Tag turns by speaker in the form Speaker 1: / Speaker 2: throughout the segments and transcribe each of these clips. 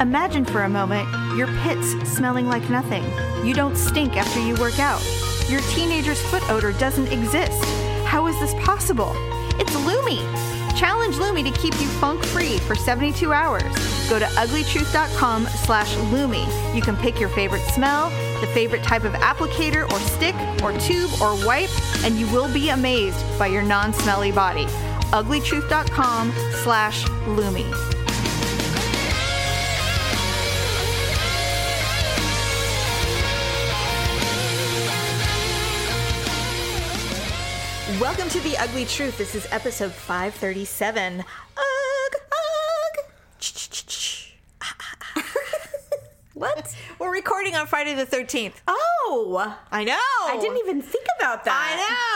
Speaker 1: Imagine for a moment your pits smelling like nothing. You don't stink after you work out. Your teenager's foot odor doesn't exist. How is this possible? It's Lumi! Challenge Lumi to keep you funk free for 72 hours. Go to uglytruth.com slash Lumi. You can pick your favorite smell, the favorite type of applicator or stick or tube or wipe, and you will be amazed by your non smelly body. uglytruth.com slash Lumi. Welcome to The Ugly Truth. This is episode 537. Ugh, ugh. Ch-ch-ch-ch.
Speaker 2: What?
Speaker 1: We're recording on Friday the 13th.
Speaker 2: Oh,
Speaker 1: I know.
Speaker 2: I didn't even think about that.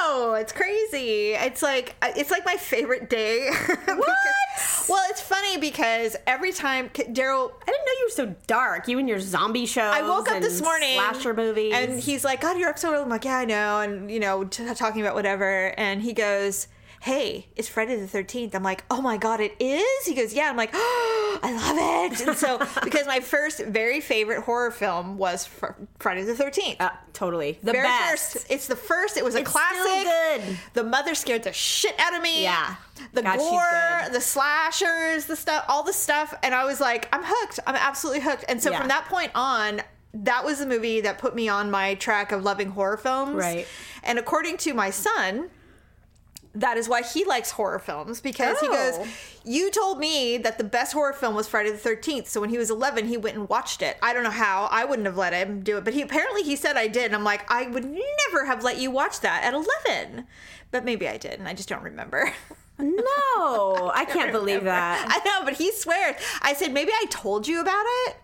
Speaker 1: I know. It's crazy. It's like uh, it's like my favorite day. Because- well, it's funny because every time Daryl
Speaker 2: I didn't know you were so dark. You and your zombie shows.
Speaker 1: I woke up
Speaker 2: and
Speaker 1: this morning,
Speaker 2: Slasher movies.
Speaker 1: and he's like, "God, you're up so early." I'm like, "Yeah, I know," and you know, t- talking about whatever. And he goes, "Hey, it's Friday the 13th." I'm like, "Oh my god, it is!" He goes, "Yeah." I'm like, oh, "I love it." And so, because my first, very favorite horror film was fr- Friday the 13th.
Speaker 2: Uh, totally the
Speaker 1: very
Speaker 2: best.
Speaker 1: first, it's the first. It was a
Speaker 2: It's still
Speaker 1: classic.
Speaker 2: good.
Speaker 1: The mother scared the shit out of me.
Speaker 2: Yeah.
Speaker 1: The
Speaker 2: God, she's
Speaker 1: gore,
Speaker 2: good.
Speaker 1: the slashers, the stuff, all the stuff, and I was like, I'm hooked. I'm absolutely hooked. And so
Speaker 2: Yeah.
Speaker 1: from that point on, that was the movie that put me on my track of loving horror films.
Speaker 2: Right.
Speaker 1: And according to my son, that is why he likes horror films because he
Speaker 2: Oh.
Speaker 1: goes, You told me that the best horror film was Friday the 13th. So when he was 11, he went and watched it. I don't know how. I wouldn't have let him do it. But he apparently he said I did. And I'm like, I would never have let you watch that at 11. But maybe I did. And I just don't remember.
Speaker 2: No, I can't believe that.
Speaker 1: I know, but he swears. I said, Maybe I told you about it.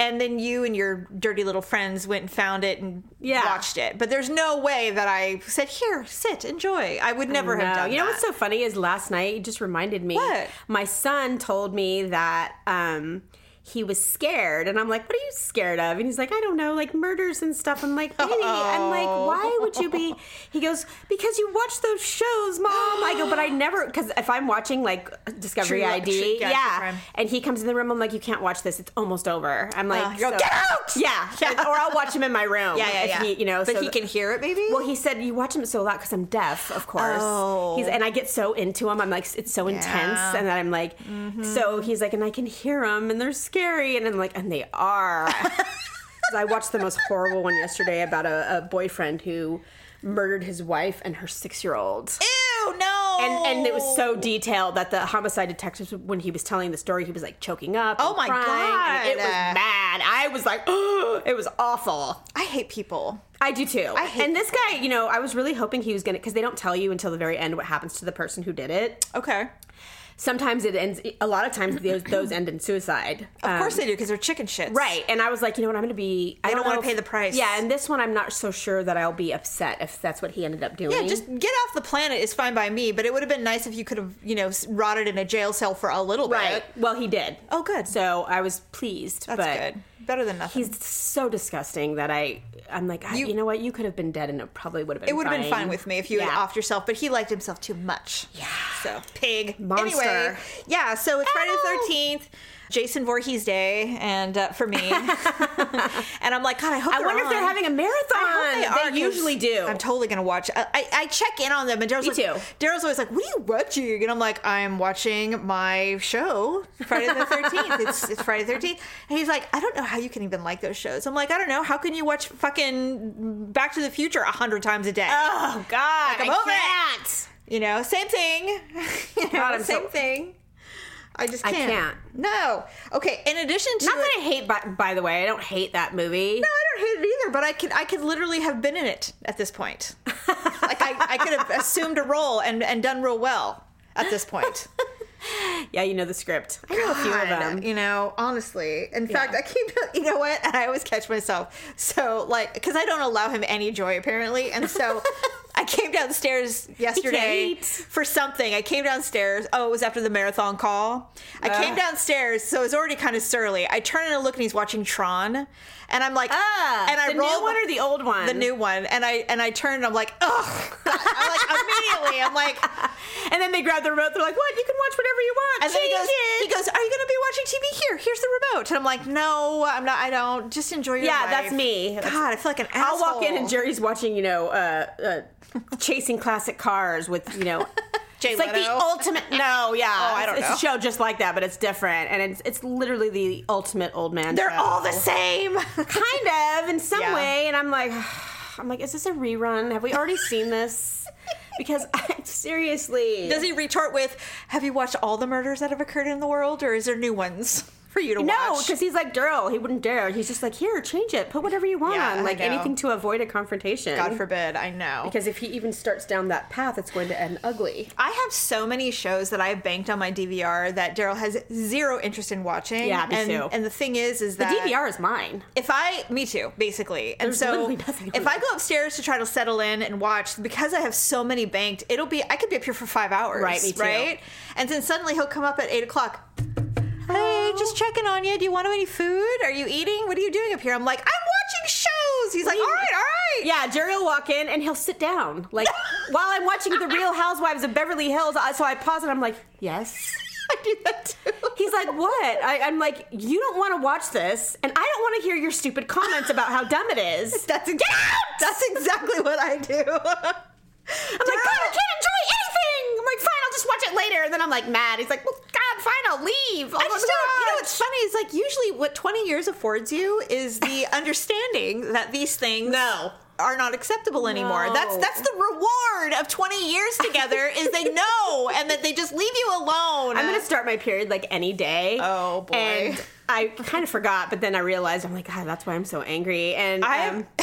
Speaker 1: And then you and your dirty little friends went and found it and
Speaker 2: Yeah.
Speaker 1: watched it. But there's no way that I said, Here, sit, enjoy. I would never have
Speaker 2: No.
Speaker 1: done
Speaker 2: You know
Speaker 1: that.
Speaker 2: what's so funny is last night you just reminded me.
Speaker 1: What?
Speaker 2: My son told me that um, he was scared, and I'm like, "What are you scared of?" And he's like, "I don't know, like murders and stuff." I'm like, "Really?" I'm like,
Speaker 1: Oh.
Speaker 2: "Why would you be?" He goes, "Because you watch those shows, mom." I go, "But I never because if I'm watching like Discovery
Speaker 1: True-
Speaker 2: ID,
Speaker 1: true- yeah,
Speaker 2: yeah."
Speaker 1: true crime.
Speaker 2: And he comes in the room, I'm like, "You can't watch this. It's almost over." I'm like,
Speaker 1: you go,
Speaker 2: Uh, so-
Speaker 1: "Get out!"
Speaker 2: Yeah,
Speaker 1: Yeah.
Speaker 2: And- or I'll watch him in my room.
Speaker 1: Yeah, yeah,
Speaker 2: if
Speaker 1: yeah.
Speaker 2: He, you know,
Speaker 1: but
Speaker 2: so
Speaker 1: he
Speaker 2: th-
Speaker 1: can hear it, maybe.
Speaker 2: well, he said you watch him so a lot because I'm deaf, of course.
Speaker 1: Oh.
Speaker 2: He's and I get so into him. I'm like, it's so intense, and then I'm like, so he's like, and I can hear them, and they're scary, and I'm like, and they are. 'Cause I watched the most horrible one yesterday about a, a boyfriend who murdered his wife and her six year old.
Speaker 1: ew, no.
Speaker 2: And, and it was so detailed that the homicide detectives, when he was telling the story, he was like choking up.
Speaker 1: Oh
Speaker 2: and
Speaker 1: my
Speaker 2: crying, and It
Speaker 1: God.
Speaker 2: was bad. I was like, it was awful.
Speaker 1: I hate people.
Speaker 2: I do too.
Speaker 1: I hate
Speaker 2: and this guy, you know, I was really hoping he was gonna because they don't tell you until the very end what happens to the person who did it.
Speaker 1: Okay.
Speaker 2: Sometimes it ends. A lot of times those, those end in suicide.
Speaker 1: Of
Speaker 2: Um,
Speaker 1: course they do because they're chicken shits.
Speaker 2: Right, and I was like, you know what, I'm gonna be. I
Speaker 1: They don't
Speaker 2: know
Speaker 1: wanna
Speaker 2: if-
Speaker 1: pay the price.
Speaker 2: Yeah, and this one, I'm not so sure that I'll be upset if that's what he ended up doing.
Speaker 1: Yeah, just get off the planet is fine by me, but it would have been nice if you could have, you know, s- rotted in a jail cell for a little
Speaker 2: right.
Speaker 1: bit.
Speaker 2: Well, he did.
Speaker 1: Oh, good.
Speaker 2: So I was pleased.
Speaker 1: That's
Speaker 2: but
Speaker 1: good. Better than nothing.
Speaker 2: He's so disgusting that I, I'm like, I,
Speaker 1: You-
Speaker 2: you, know what, you could have been dead, and it probably would have been.
Speaker 1: it would have been fine with me if you had
Speaker 2: Yeah.
Speaker 1: offed yourself, but he liked himself too much. Yeah. So, pig. Anyway,
Speaker 2: Monster.
Speaker 1: yeah, so it's Friday
Speaker 2: Ow.
Speaker 1: the 13th, Jason Voorhees Day, and uh, for me. and I'm like, God, I hope
Speaker 2: I
Speaker 1: they're
Speaker 2: wonder if they're
Speaker 1: on.
Speaker 2: having a marathon.
Speaker 1: I hope they, are, 'cause
Speaker 2: usually do.
Speaker 1: I'm totally gonna watch. I, I, I check in on them, and Daryl's
Speaker 2: Me
Speaker 1: like,
Speaker 2: too.
Speaker 1: Daryl's always like, "What are you watching?" And I'm like, "I'm watching my show, Friday the 13th. it's, it's Friday the 13th." And he's like, "I don't know how you can even like those shows." I'm like, "I don't know. How can you watch fucking Back to the Future a hundred times a day?"
Speaker 2: Oh God,
Speaker 1: Like, I'm
Speaker 2: I
Speaker 1: over it.
Speaker 2: can't.
Speaker 1: you know, same thing. You
Speaker 2: God,
Speaker 1: know,
Speaker 2: I'm so-
Speaker 1: same thing. I just
Speaker 2: I
Speaker 1: can't.
Speaker 2: can't.
Speaker 1: No. Okay. In addition to
Speaker 2: Not
Speaker 1: it-
Speaker 2: that I hate. By, by the way, I don't hate that movie.
Speaker 1: No, I don't hate it either, but I could I could literally have been in it at this point. like I, I could have assumed a role and, and done real well at this point.
Speaker 2: Yeah, you know the script. I know a few of
Speaker 1: God,
Speaker 2: them.
Speaker 1: You know, honestly. In fact, I keep you know what? And I always catch myself. So like because I don't allow him any joy apparently. And so I came downstairs yesterday
Speaker 2: can't.
Speaker 1: for something. I came downstairs. Oh, it was after the marathon call. I came
Speaker 2: Ugh.
Speaker 1: downstairs, so it was already kind of surly. I turn and I look and he's watching Tron. And I'm like,
Speaker 2: Ah,
Speaker 1: and I
Speaker 2: the
Speaker 1: roll
Speaker 2: new one or the old one?
Speaker 1: the new one and i and i turned and i'm like oh i'm like immediately i'm like
Speaker 2: And then they grab the remote. They're like, "What? You can watch whatever you want."
Speaker 1: and then he
Speaker 2: Change
Speaker 1: goes
Speaker 2: it."
Speaker 1: he goes are you gonna be watching tv here here's the
Speaker 3: out. And I'm like, no, I'm not. I don't. Just enjoy your
Speaker 2: Yeah,
Speaker 3: life.
Speaker 2: that's me.
Speaker 3: God, I feel like an asshole.
Speaker 2: I'll walk in and Jerry's watching, you know, uh, uh, chasing classic cars with, you know,
Speaker 3: Jay
Speaker 2: it's like the
Speaker 3: Leno.
Speaker 2: ultimate. No, yeah,
Speaker 3: Oh, I don't
Speaker 2: it's, It's a show just like that, but it's different, and it's it's literally the ultimate old man.
Speaker 3: They're
Speaker 2: show.
Speaker 3: all the same.
Speaker 2: kind of in some
Speaker 3: Yeah.
Speaker 2: way, and I'm like, I'm like, is this a rerun? Have we already seen this? Because I, seriously,
Speaker 3: Does he retort with, "Have you watched all the murders that have occurred in the world, or is there new ones for you to
Speaker 2: No,
Speaker 3: watch?"
Speaker 2: because he's like Daryl. He wouldn't dare. He's just like, here, change it, put whatever you want,
Speaker 3: Yeah, I
Speaker 2: like
Speaker 3: know.
Speaker 2: anything to avoid a confrontation.
Speaker 3: God forbid. I know.
Speaker 2: Because if he even starts down that path, it's going to end ugly.
Speaker 3: I have so many shows that I've banked on my DVR that Daryl has zero interest in watching.
Speaker 2: Yeah, me
Speaker 3: and,
Speaker 2: too.
Speaker 3: And the thing is, is
Speaker 2: The
Speaker 3: that
Speaker 2: DVR is mine.
Speaker 3: If I, me too, basically. And
Speaker 2: There's
Speaker 3: so
Speaker 2: literally nothing on
Speaker 3: if I
Speaker 2: it.
Speaker 3: go upstairs to try to settle in and watch, because I have so many banked, it'll be I could be up here for five hours,
Speaker 2: Right, me too.
Speaker 3: Right, and then suddenly he'll come up at eight o'clock. Hey,
Speaker 2: Hello.
Speaker 3: just checking on you. Do you want any food? Are you eating? What are you doing up here? I'm like, I'm watching shows. He's like, all
Speaker 2: do you-
Speaker 3: right, all right.
Speaker 2: Yeah, Jerry will walk in and he'll sit down. Like, while I'm watching The Real Housewives of Beverly Hills, I- so I pause and I'm like, yes.
Speaker 3: I do that too.
Speaker 2: He's like, what? I, I'm like, you don't want to watch this, and I don't want to hear your stupid comments about how dumb it is.
Speaker 3: That's ex- That's exactly what I do.
Speaker 2: I'm like, God, I can't enjoy anything. I'm like, fine, I'll just watch it later. And then I'm like, mad. He's like, well, God, fine, I'll leave. I'll
Speaker 3: I
Speaker 2: go
Speaker 3: just
Speaker 2: to
Speaker 3: don't. You know
Speaker 2: lunch."
Speaker 3: what's funny is like usually what 20 years affords you is the understanding that these things
Speaker 2: No.
Speaker 3: are not acceptable anymore.
Speaker 2: No.
Speaker 3: That's that's the reward of 20 years together is they know and that they just leave you alone.
Speaker 2: I'm gonna start my period like any day.
Speaker 3: Oh, boy.
Speaker 2: And I kind of forgot, but then I realized I'm like, God, that's why I'm so angry. And
Speaker 3: I
Speaker 2: um,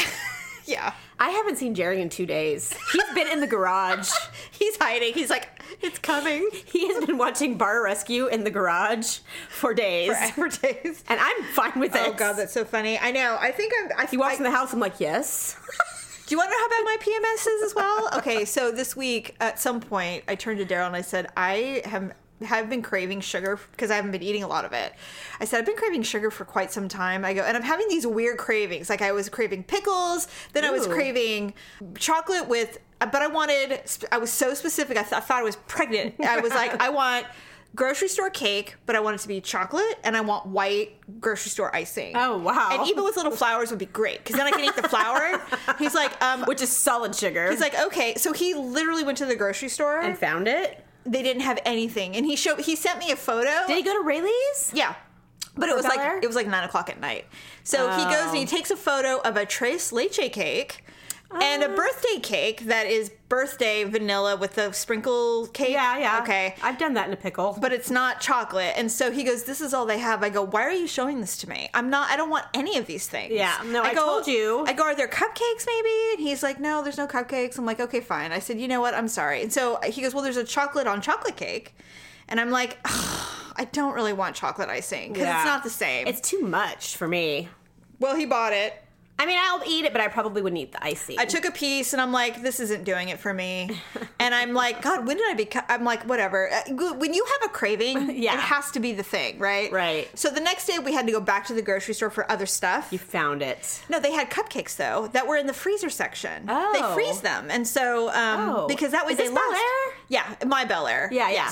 Speaker 3: yeah.
Speaker 2: I haven't seen Jerry in two days. He's been in the garage.
Speaker 3: He's hiding. He's like it's coming
Speaker 2: He has been watching Bar Rescue in the garage for days,
Speaker 3: for advertise.
Speaker 2: and I'm fine with it.
Speaker 3: Oh god, that's so funny. I know. I think I'm I
Speaker 2: he walks in the house. I'm like, yes.
Speaker 3: Do you want to know how bad my PMS is as well? Okay, so this week at some point, I turned to Daryl and I said, I have have been craving sugar because I haven't been eating a lot of it. I said I've been craving sugar for quite some time. I go and I'm having these weird cravings. Like I was craving pickles, then I was
Speaker 2: Ooh.
Speaker 3: craving chocolate with, but I wanted. I was so specific. I, th- I thought I was pregnant. I was like, I want. Grocery store cake, but I want it to be chocolate, and I want white grocery store icing.
Speaker 2: Oh, wow.
Speaker 3: And even with little flowers would be great because then I can eat the flour. He's like, um,
Speaker 2: Which is solid sugar.
Speaker 3: He's like, okay. So he literally went to the grocery store.
Speaker 2: and found it.
Speaker 3: they didn't have anything, and he showed. He sent me a photo.
Speaker 2: Did he go to Rayleigh's?
Speaker 3: Yeah. But it was
Speaker 2: Bel
Speaker 3: like
Speaker 2: Air?
Speaker 3: it was like nine o'clock at night. So he
Speaker 2: Oh.
Speaker 3: goes and he takes a photo of a tres leche cake and
Speaker 2: Oh.
Speaker 3: a birthday cake that is birthday vanilla with the sprinkle cake.
Speaker 2: Yeah, yeah.
Speaker 3: Okay.
Speaker 2: I've done that in a pickle.
Speaker 3: But it's not chocolate. And so he goes, This is all they have. I go, Why are you showing this to me? I'm not I don't want any of these things.
Speaker 2: Yeah, no, I
Speaker 3: go,
Speaker 2: told you.
Speaker 3: I go, Are there cupcakes maybe? And he's like, No, there's no cupcakes. I'm like, Okay, fine. I said, You know what? I'm sorry. And so he goes, Well, there's a chocolate on chocolate cake. And I'm like, I don't really want chocolate icing because
Speaker 2: Yeah.
Speaker 3: it's not the same.
Speaker 2: it's too much for me.
Speaker 3: well, he bought it.
Speaker 2: I mean, I'll eat it, but I probably wouldn't eat the icing.
Speaker 3: I took a piece and I'm like, this isn't doing it for me. And I'm like, God, when did I become? I'm like, whatever. Uh, When you have a craving,
Speaker 2: Yeah.
Speaker 3: it has to be the thing, right?
Speaker 2: Right.
Speaker 3: So the next day we had to go back to the grocery store for other stuff.
Speaker 2: you found it.
Speaker 3: no, they had cupcakes though that were in the freezer section.
Speaker 2: Oh.
Speaker 3: They freeze them, and so um,
Speaker 2: Oh.
Speaker 3: because that way
Speaker 2: Is
Speaker 3: they
Speaker 2: this
Speaker 3: last.
Speaker 2: Bel Air?
Speaker 3: Yeah, my Bel Air.
Speaker 2: Yeah, yeah.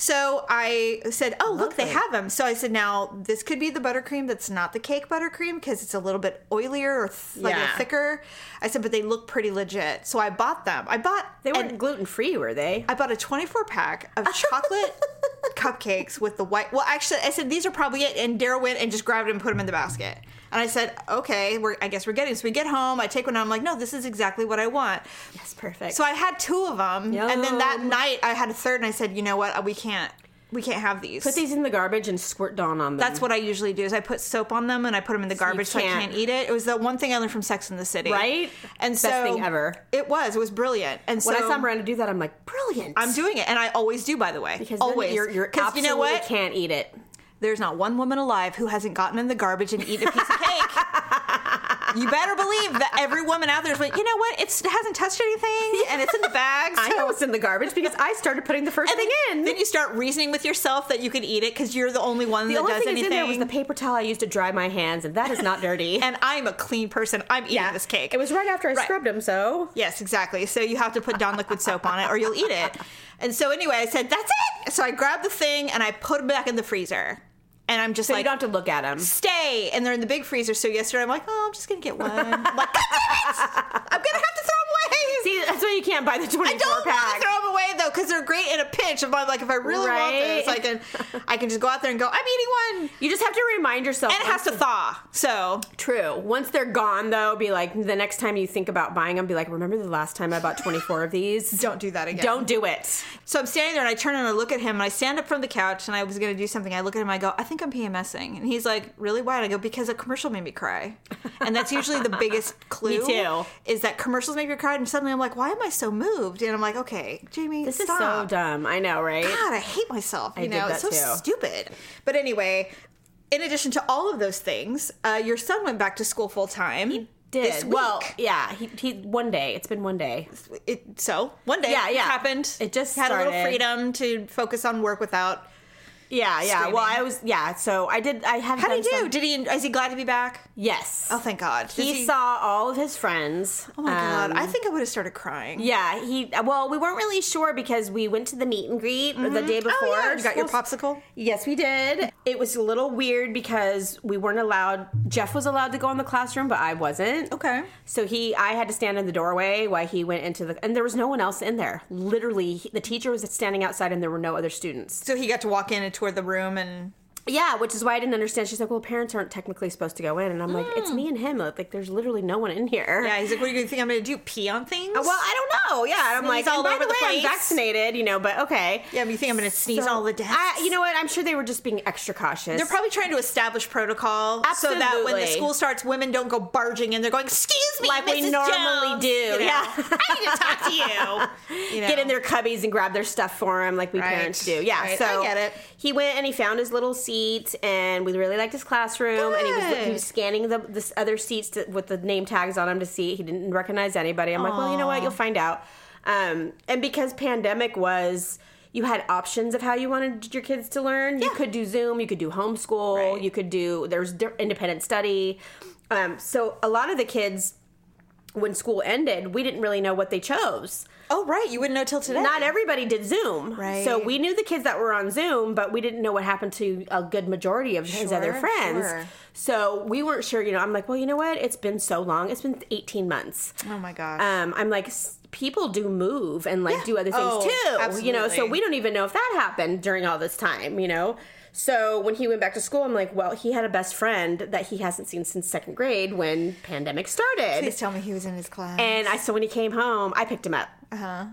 Speaker 3: So I said, "Oh, look, they
Speaker 2: Lovely.
Speaker 3: have them." So I said, "Now this could be the buttercream that's not the cake buttercream because it's a little bit oilier or th- like
Speaker 2: Yeah.
Speaker 3: a thicker." I said, "But they look pretty legit." So I bought them. I bought
Speaker 2: They
Speaker 3: and
Speaker 2: weren't gluten free, were they?
Speaker 3: I bought a 24 pack of chocolate cupcakes with the white. Well, actually, I said these are probably it. And Daryl went and just grabbed it and put them in the basket. And I said, okay, we're, I guess we're getting. So we get home. I take one. And I'm like, no, this is exactly what I want.
Speaker 2: That's perfect.
Speaker 3: So I had two of them. And then that
Speaker 2: Yum.
Speaker 3: night, I had a third. And I said, you know what? We can't. We can't have these.
Speaker 2: put these in the garbage and squirt Dawn on them.
Speaker 3: That's what I usually do is I put soap on them and I put them in the
Speaker 2: you
Speaker 3: garbage so I
Speaker 2: can't-
Speaker 3: can't eat it. It was the one thing I learned from Sex in the City,
Speaker 2: Right?
Speaker 3: And
Speaker 2: Best
Speaker 3: so
Speaker 2: thing ever.
Speaker 3: It was. It was brilliant. And so
Speaker 2: when I saw Miranda do that, I'm like, brilliant.
Speaker 3: I'm doing it, and I always do. By the way,
Speaker 2: because then
Speaker 3: always
Speaker 2: you're, you're
Speaker 3: 'Cause you know what?
Speaker 2: Can't eat it.
Speaker 3: There's not one woman alive who hasn't gotten in the garbage and eaten a piece of cake. you better believe that every woman out there is like, you know what? It's, it hasn't touched anything, and it's in the bag.
Speaker 2: I
Speaker 3: so-
Speaker 2: know it's in the garbage because I started putting the first
Speaker 3: And
Speaker 2: thing
Speaker 3: then,
Speaker 2: in.
Speaker 3: then you start reasoning with yourself that you could eat it because you're the only one
Speaker 2: the
Speaker 3: that
Speaker 2: only
Speaker 3: does
Speaker 2: thing that's
Speaker 3: anything.
Speaker 2: in there was the paper towel I used to dry my hands, and that is not dirty.
Speaker 3: and I'm a clean person. I'm eating this cake.
Speaker 2: It was right after I scrubbed them, so
Speaker 3: Yes, exactly. So you have to put down liquid soap on it or you'll eat it. And so anyway, I said, that's it. So I grabbed the thing and I put it back in the freezer. and I'm just
Speaker 2: So
Speaker 3: like,
Speaker 2: you don't have to look at them.
Speaker 3: stay. And they're in the big freezer. So yesterday I'm like, oh, I'm just gonna get one. I'm like, "God damn it! I'm gonna have to throw them away.
Speaker 2: See, that's why you can't buy the
Speaker 3: I
Speaker 2: 24
Speaker 3: don't want
Speaker 2: pack.
Speaker 3: to throw them away though, because they're great in a pinch. If I'm like, if I really want this, I
Speaker 2: Right.
Speaker 3: can, I can just go out there and go, I'm eating one,
Speaker 2: you just have to remind yourself.
Speaker 3: and it has to thaw. So
Speaker 2: True. Once they're gone, though, be like the next time you think about buying them, be like, remember the last time I bought 24 of these?
Speaker 3: don't do that again.
Speaker 2: Don't do it.
Speaker 3: So I'm standing there and I turn and I look at him and I stand up from the couch and I was going to do something. I look at him and I go, I think I'm PMSing. And he's like, Really? Why? And I go, Because a commercial made me cry. And that's usually the biggest clue.
Speaker 2: Me too.
Speaker 3: Is that commercials make me cry. And suddenly I'm like, Why am I so moved? And I'm like, Okay, Jamie,
Speaker 2: This
Speaker 3: stop.
Speaker 2: is so dumb. I know, right?
Speaker 3: God, I hate myself. You
Speaker 2: did
Speaker 3: know, it's so
Speaker 2: that too.
Speaker 3: stupid. But anyway, in addition to all of those things, uh, your son went back to school full time. He
Speaker 2: Did.
Speaker 3: This week.
Speaker 2: Well, yeah. He, he one day. It's been one day.
Speaker 3: it so one day
Speaker 2: Yeah,
Speaker 3: it
Speaker 2: yeah.
Speaker 3: happened.
Speaker 2: It just
Speaker 3: had a little
Speaker 2: started.
Speaker 3: freedom to focus on work without.
Speaker 2: Yeah, yeah. Well,
Speaker 3: Screaming.
Speaker 2: I was yeah. So I did. I have.
Speaker 3: How
Speaker 2: done
Speaker 3: did he do?
Speaker 2: some-
Speaker 3: Did he? Is he glad to be back?
Speaker 2: Yes.
Speaker 3: Oh, thank God. Did
Speaker 2: he, saw all of his friends. Um,
Speaker 3: Oh my God! I think I would have started crying.
Speaker 2: Yeah, he. Well, we weren't really sure because we went to the meet and greet the day before.
Speaker 3: Oh yeah, you got your
Speaker 2: Well,
Speaker 3: popsicle.
Speaker 2: Yes, we did. It was a little weird because we weren't allowed. Jeff was allowed to go in the classroom, but I wasn't.
Speaker 3: Okay.
Speaker 2: So he, I had to stand in the doorway while he went into the, and there was no one else in there. Literally, he- the teacher was standing outside, and there were no other students.
Speaker 3: So he got to walk in and tour the room, and
Speaker 2: Yeah, which is why I didn't understand. She's like, "Well, parents aren't technically supposed to go in," and I'm like, "It's me and him. Like, there's literally no one in here."
Speaker 3: Hmm. yeah, he's like, "What do you think I'm going to do? Pee on things?"
Speaker 2: Uh, Well, I don't know. Yeah, and I'm
Speaker 3: Sneeze
Speaker 2: like,
Speaker 3: all
Speaker 2: and by
Speaker 3: over
Speaker 2: the,
Speaker 3: the
Speaker 2: way,
Speaker 3: place.
Speaker 2: I'm vaccinated, you know, but okay.
Speaker 3: yeah, but you think I'm going to sneeze
Speaker 2: So,
Speaker 3: all the desks?
Speaker 2: I, you know what? I'm sure they were just being extra cautious.
Speaker 3: They're probably trying to establish protocol so that when the
Speaker 2: Absolutely.
Speaker 3: school starts, women don't go barging in. They're going, "Excuse me,
Speaker 2: Like we
Speaker 3: Mrs.
Speaker 2: normally
Speaker 3: Jones,"
Speaker 2: do,
Speaker 3: you know?
Speaker 2: yeah.
Speaker 3: I need to talk to you. you know?
Speaker 2: get in their cubbies and grab their stuff for him, like we
Speaker 3: Right.
Speaker 2: parents do. Yeah,
Speaker 3: Right.
Speaker 2: so
Speaker 3: I get it.
Speaker 2: He went and he found his little seat, and we really liked his classroom. And he was,
Speaker 3: Good.
Speaker 2: he was scanning the this other seats to, with the name tags on them to see. He didn't recognize anybody. I'm like, well, you know what? You'll find out. Um, and because pandemic was. You had options of how you wanted your kids to learn. You
Speaker 3: Yeah.
Speaker 2: could do Zoom, you could do homeschool,
Speaker 3: Right.
Speaker 2: you could do there's di- independent study. Um, so a lot of the kids, when school ended, we didn't really know what they chose.
Speaker 3: Oh right, you wouldn't know till today.
Speaker 2: Not everybody did Zoom.
Speaker 3: Right.
Speaker 2: So we knew the kids that were on Zoom, but we didn't know what happened to a good majority of his
Speaker 3: Sure,
Speaker 2: other friends.
Speaker 3: sure.
Speaker 2: So we weren't sure, you know, I'm like, well, you know what? It's been so long. It's been 18 months.
Speaker 3: oh my gosh.
Speaker 2: Um, I'm like, s- people do move and like
Speaker 3: Yeah.
Speaker 2: do other things
Speaker 3: Oh,
Speaker 2: too. You know, so
Speaker 3: absolutely.
Speaker 2: we don't even know if that happened during all this time, you know? So when he went back to school, I'm like, well, he had a best friend that he hasn't seen since second grade when pandemic started.
Speaker 3: Please tell me he was in his class.
Speaker 2: And I so when he came home, I picked him up.
Speaker 3: uh-huh.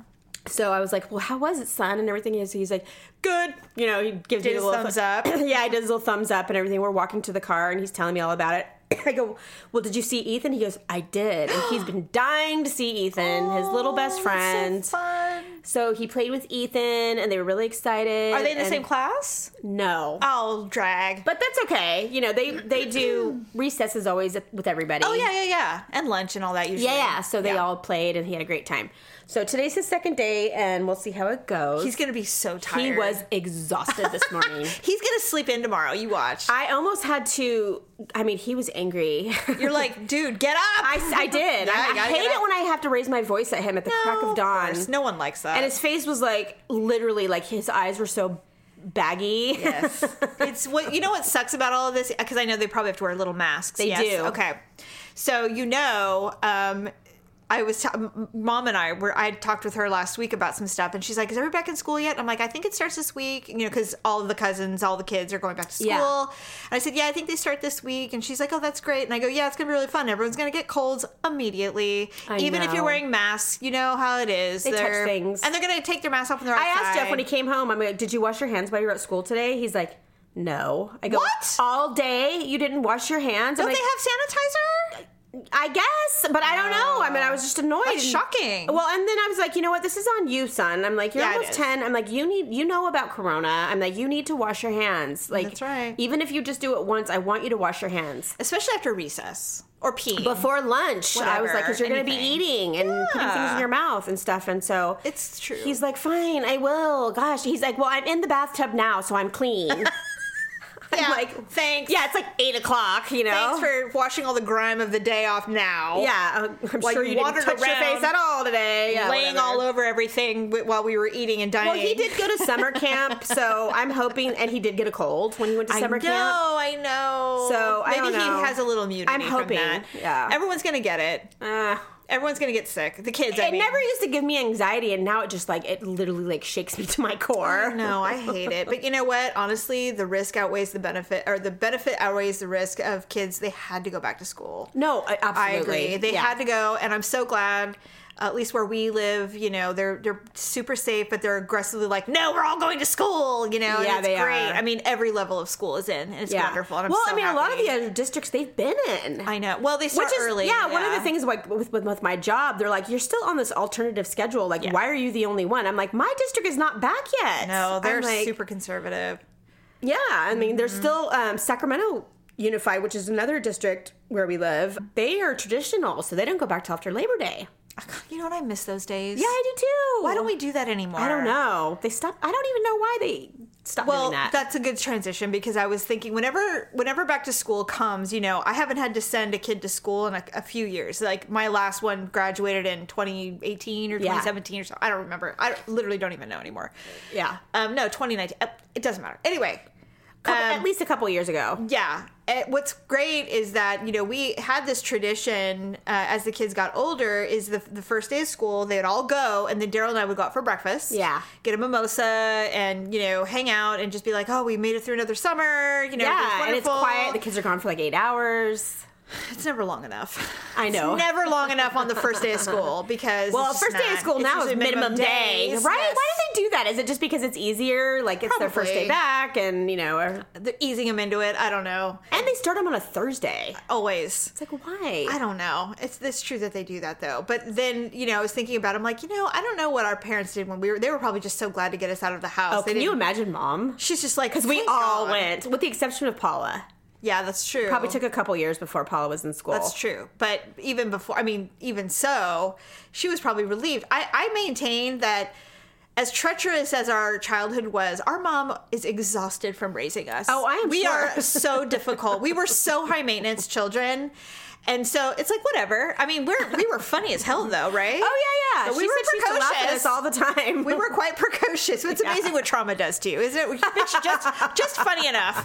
Speaker 2: So I was like, "Well, how was it, son?" And everything. And so he's like, "Good." You know, he gives
Speaker 3: Did
Speaker 2: me
Speaker 3: his
Speaker 2: a little
Speaker 3: thumbs up.
Speaker 2: yeah, he does his little thumbs up and everything. We're walking to the car, and he's telling me all about it. I go, "Well, did you see Ethan?" He goes, "I did." And he's been dying to see Ethan, his little best friend.
Speaker 3: Oh, So fun.
Speaker 2: So he played with Ethan, and they were really excited.
Speaker 3: Are they in the
Speaker 2: and-
Speaker 3: same Oh. class?
Speaker 2: No.
Speaker 3: I'll drag.
Speaker 2: But that's okay. You know, they they do recess is always with everybody.
Speaker 3: oh yeah, yeah, yeah. And lunch and all that usually.
Speaker 2: Yeah, yeah. So they
Speaker 3: Yeah.
Speaker 2: all played, and he had a great time. So today's his second day, and we'll see how it goes.
Speaker 3: He's gonna be so tired.
Speaker 2: He was exhausted this morning.
Speaker 3: He's gonna sleep in tomorrow. You watch.
Speaker 2: I almost had to. I mean, he was angry.
Speaker 3: You're like, dude, get up.
Speaker 2: I, I did.
Speaker 3: Yeah,
Speaker 2: I,
Speaker 3: you
Speaker 2: I
Speaker 3: gotta
Speaker 2: hate
Speaker 3: get
Speaker 2: it
Speaker 3: up.
Speaker 2: when I have to raise my voice at him at the crack
Speaker 3: No,
Speaker 2: of dawn.
Speaker 3: course. No one likes that.
Speaker 2: And his face was like literally like his eyes were so baggy.
Speaker 3: Yes. it's what you know what sucks about all of this because I know they probably have to wear little masks.
Speaker 2: They
Speaker 3: yes.
Speaker 2: do.
Speaker 3: Okay. So you know, um, I was t- m- mom and I were I talked with her last week about some stuff, and she's like, "Is everybody back in school yet?" I'm like, "I think it starts this week," you know, because all of the cousins, all the kids are going back to school.
Speaker 2: Yeah.
Speaker 3: And I said, "Yeah, I think they start this week," and she's like, "Oh, that's great." And I go, "Yeah, it's gonna be really fun. Everyone's gonna get colds immediately,
Speaker 2: I
Speaker 3: even if you're
Speaker 2: know.
Speaker 3: wearing masks. You know how it is.
Speaker 2: touch
Speaker 3: They're-
Speaker 2: things.
Speaker 3: and they're gonna take their masks off when they're
Speaker 2: I
Speaker 3: outside."
Speaker 2: asked Jeff when he came home. I'm like, "Did you wash your hands while you were at school today?" He's like, "No." I go,
Speaker 3: What?
Speaker 2: All day you didn't wash your hands."
Speaker 3: Don't
Speaker 2: I'm like,
Speaker 3: they have sanitizer?
Speaker 2: I guess, but I don't know. I mean, I was just annoyed.
Speaker 3: That's Oh. shocking.
Speaker 2: Well, and then I was like, you know what? This is on you, son. I'm like, you're
Speaker 3: Yeah, it
Speaker 2: almost
Speaker 3: is.
Speaker 2: ten. I'm like, you need, you know about Corona. I'm like, you need to wash your hands. Like,
Speaker 3: That's right.
Speaker 2: Even if you just do it once, I want you to wash your hands
Speaker 3: especially after recess or pee.
Speaker 2: before lunch. I was like, because you're
Speaker 3: Whatever,
Speaker 2: going to be
Speaker 3: anything.
Speaker 2: eating and putting things in your mouth and stuff. And so
Speaker 3: It's true.
Speaker 2: He's like, fine, I will. Gosh, he's like, well, I'm in the bathtub now, so I'm clean. I'm
Speaker 3: Yeah.
Speaker 2: like,
Speaker 3: Thanks.
Speaker 2: Yeah, it's like eight o'clock, you know?
Speaker 3: Thanks for washing all the grime of the day off now.
Speaker 2: Yeah, I'm- I'm
Speaker 3: Like,
Speaker 2: sure you didn't
Speaker 3: wandered
Speaker 2: touch your
Speaker 3: around,
Speaker 2: face at all today. Yeah,
Speaker 3: laying
Speaker 2: whatever.
Speaker 3: all over everything wi- while we were eating and dining.
Speaker 2: Well, he did go to summer camp, so I'm hoping, and he did get a cold when he went to
Speaker 3: I
Speaker 2: summer
Speaker 3: know,
Speaker 2: camp.
Speaker 3: I know.
Speaker 2: So, I
Speaker 3: maybe
Speaker 2: don't know.
Speaker 3: he has a little immunity.
Speaker 2: I'm
Speaker 3: from
Speaker 2: hoping,
Speaker 3: that.
Speaker 2: yeah.
Speaker 3: everyone's gonna get it.
Speaker 2: Uh,
Speaker 3: Everyone's gonna get sick. The kids. I
Speaker 2: it
Speaker 3: mean.
Speaker 2: never used to give me anxiety, and now it just like it literally like shakes me to my core.
Speaker 3: No, I hate it. But you know what? Honestly, the risk outweighs the benefit, or the benefit outweighs the risk of kids. They had to go back to school.
Speaker 2: no, I-
Speaker 3: I
Speaker 2: absolutely.
Speaker 3: agree. They
Speaker 2: Yeah.
Speaker 3: had to go, and I'm so glad. At least where we live, you know, they're they're super safe, but they're aggressively like, "No, we're all going to school," you know. and
Speaker 2: Yeah,
Speaker 3: it's
Speaker 2: they
Speaker 3: great.
Speaker 2: are.
Speaker 3: I mean, every level of school is in, and it's wonderful. And I'm
Speaker 2: well,
Speaker 3: so
Speaker 2: I mean, a lot of
Speaker 3: happy.
Speaker 2: the other districts they've been in.
Speaker 3: I know. Well, they start
Speaker 2: Which is
Speaker 3: early.
Speaker 2: yeah, one of the things like with, with with my job, they're like, you're still on this alternative schedule. Like, why are you the only one? I'm like, my district is not back yet.
Speaker 3: No,
Speaker 2: I'm
Speaker 3: they're
Speaker 2: like,
Speaker 3: super conservative.
Speaker 2: Yeah, I mean, there's still um, Sacramento Unified, which is another district where we live. They are traditional, so they don't go back till after Labor Day.
Speaker 3: You know what? I miss those days.
Speaker 2: Yeah, I do too.
Speaker 3: Why don't we do that anymore?
Speaker 2: I don't know. They stopped. I don't even know why they stopped
Speaker 3: Well,
Speaker 2: doing that.
Speaker 3: that's a good transition because I was thinking whenever whenever back to school comes, you know, I haven't had to send a kid to school in a, a few years. Like my last one graduated in 2018 or
Speaker 2: Yeah.
Speaker 3: 2017 or so. I don't remember. I don't- literally don't even know anymore.
Speaker 2: yeah,
Speaker 3: Um, no, 2019. Uh, It doesn't matter. Anyway,
Speaker 2: Couple-
Speaker 3: um,
Speaker 2: at least a couple years ago.
Speaker 3: yeah. Uh, what's great is that you know we had this tradition uh, as the kids got older. Is the the first day of school they'd all go, and then Daryl and I would go out for breakfast.
Speaker 2: Yeah.
Speaker 3: get a mimosa and you know hang out and just be like, oh, we made it through another summer. You know, it was
Speaker 2: yeah, and it's
Speaker 3: wonderful.
Speaker 2: quiet. The kids are gone for like eight hours.
Speaker 3: It's never long enough.
Speaker 2: I know.
Speaker 3: It's never long enough on the first day of school because
Speaker 2: Well,
Speaker 3: it's just
Speaker 2: first day of
Speaker 3: not.
Speaker 2: school
Speaker 3: It's
Speaker 2: now is
Speaker 3: usually
Speaker 2: minimum, day,
Speaker 3: days.
Speaker 2: right?
Speaker 3: Yes.
Speaker 2: Why do they do that? Is it just because it's easier? Like it's their first
Speaker 3: Probably.
Speaker 2: day back, and you know, or-
Speaker 3: They're easing them into it. I don't know.
Speaker 2: and they start them on a Thursday.
Speaker 3: Always.
Speaker 2: It's like why?
Speaker 3: I don't know. It's it's true that they do that though. But then you know, I was thinking about. it. I'm like, you know, I don't know what our parents did when we were. They were probably just so glad to get us out of the house.
Speaker 2: Oh,
Speaker 3: They
Speaker 2: can you
Speaker 3: didn't-
Speaker 2: imagine, mom?
Speaker 3: She's just like,
Speaker 2: Because we
Speaker 3: "Thank
Speaker 2: all
Speaker 3: God."
Speaker 2: went, with the exception of Paula.
Speaker 3: Yeah, that's true.
Speaker 2: Probably took a couple years before Paula was in school.
Speaker 3: That's true. But even before, I mean, even so, she was probably relieved. I, I maintain that as treacherous as our childhood was, our mom is exhausted from raising us.
Speaker 2: Oh, I am
Speaker 3: We
Speaker 2: sure.
Speaker 3: are so difficult. We were so high maintenance children. And so it's like whatever. I mean, we're we were funny as hell though, right?
Speaker 2: Oh yeah, yeah.
Speaker 3: But
Speaker 2: she said she used to laugh at us all the time.
Speaker 3: we were quite precocious. It's amazing what trauma does to you, isn't it? It's just just funny enough.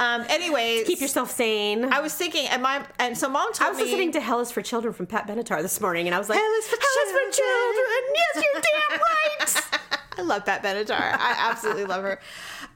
Speaker 3: Um. Anyways,
Speaker 2: keep yourself sane.
Speaker 3: I was thinking, and my and so mom told
Speaker 2: I was
Speaker 3: me
Speaker 2: listening to Hell is for Children from Pat Benatar this morning, and I was like,
Speaker 3: Hell is for
Speaker 2: Hell is for
Speaker 3: Children."
Speaker 2: Yes, you're damn right.
Speaker 3: I love Pat Benatar. I absolutely love her.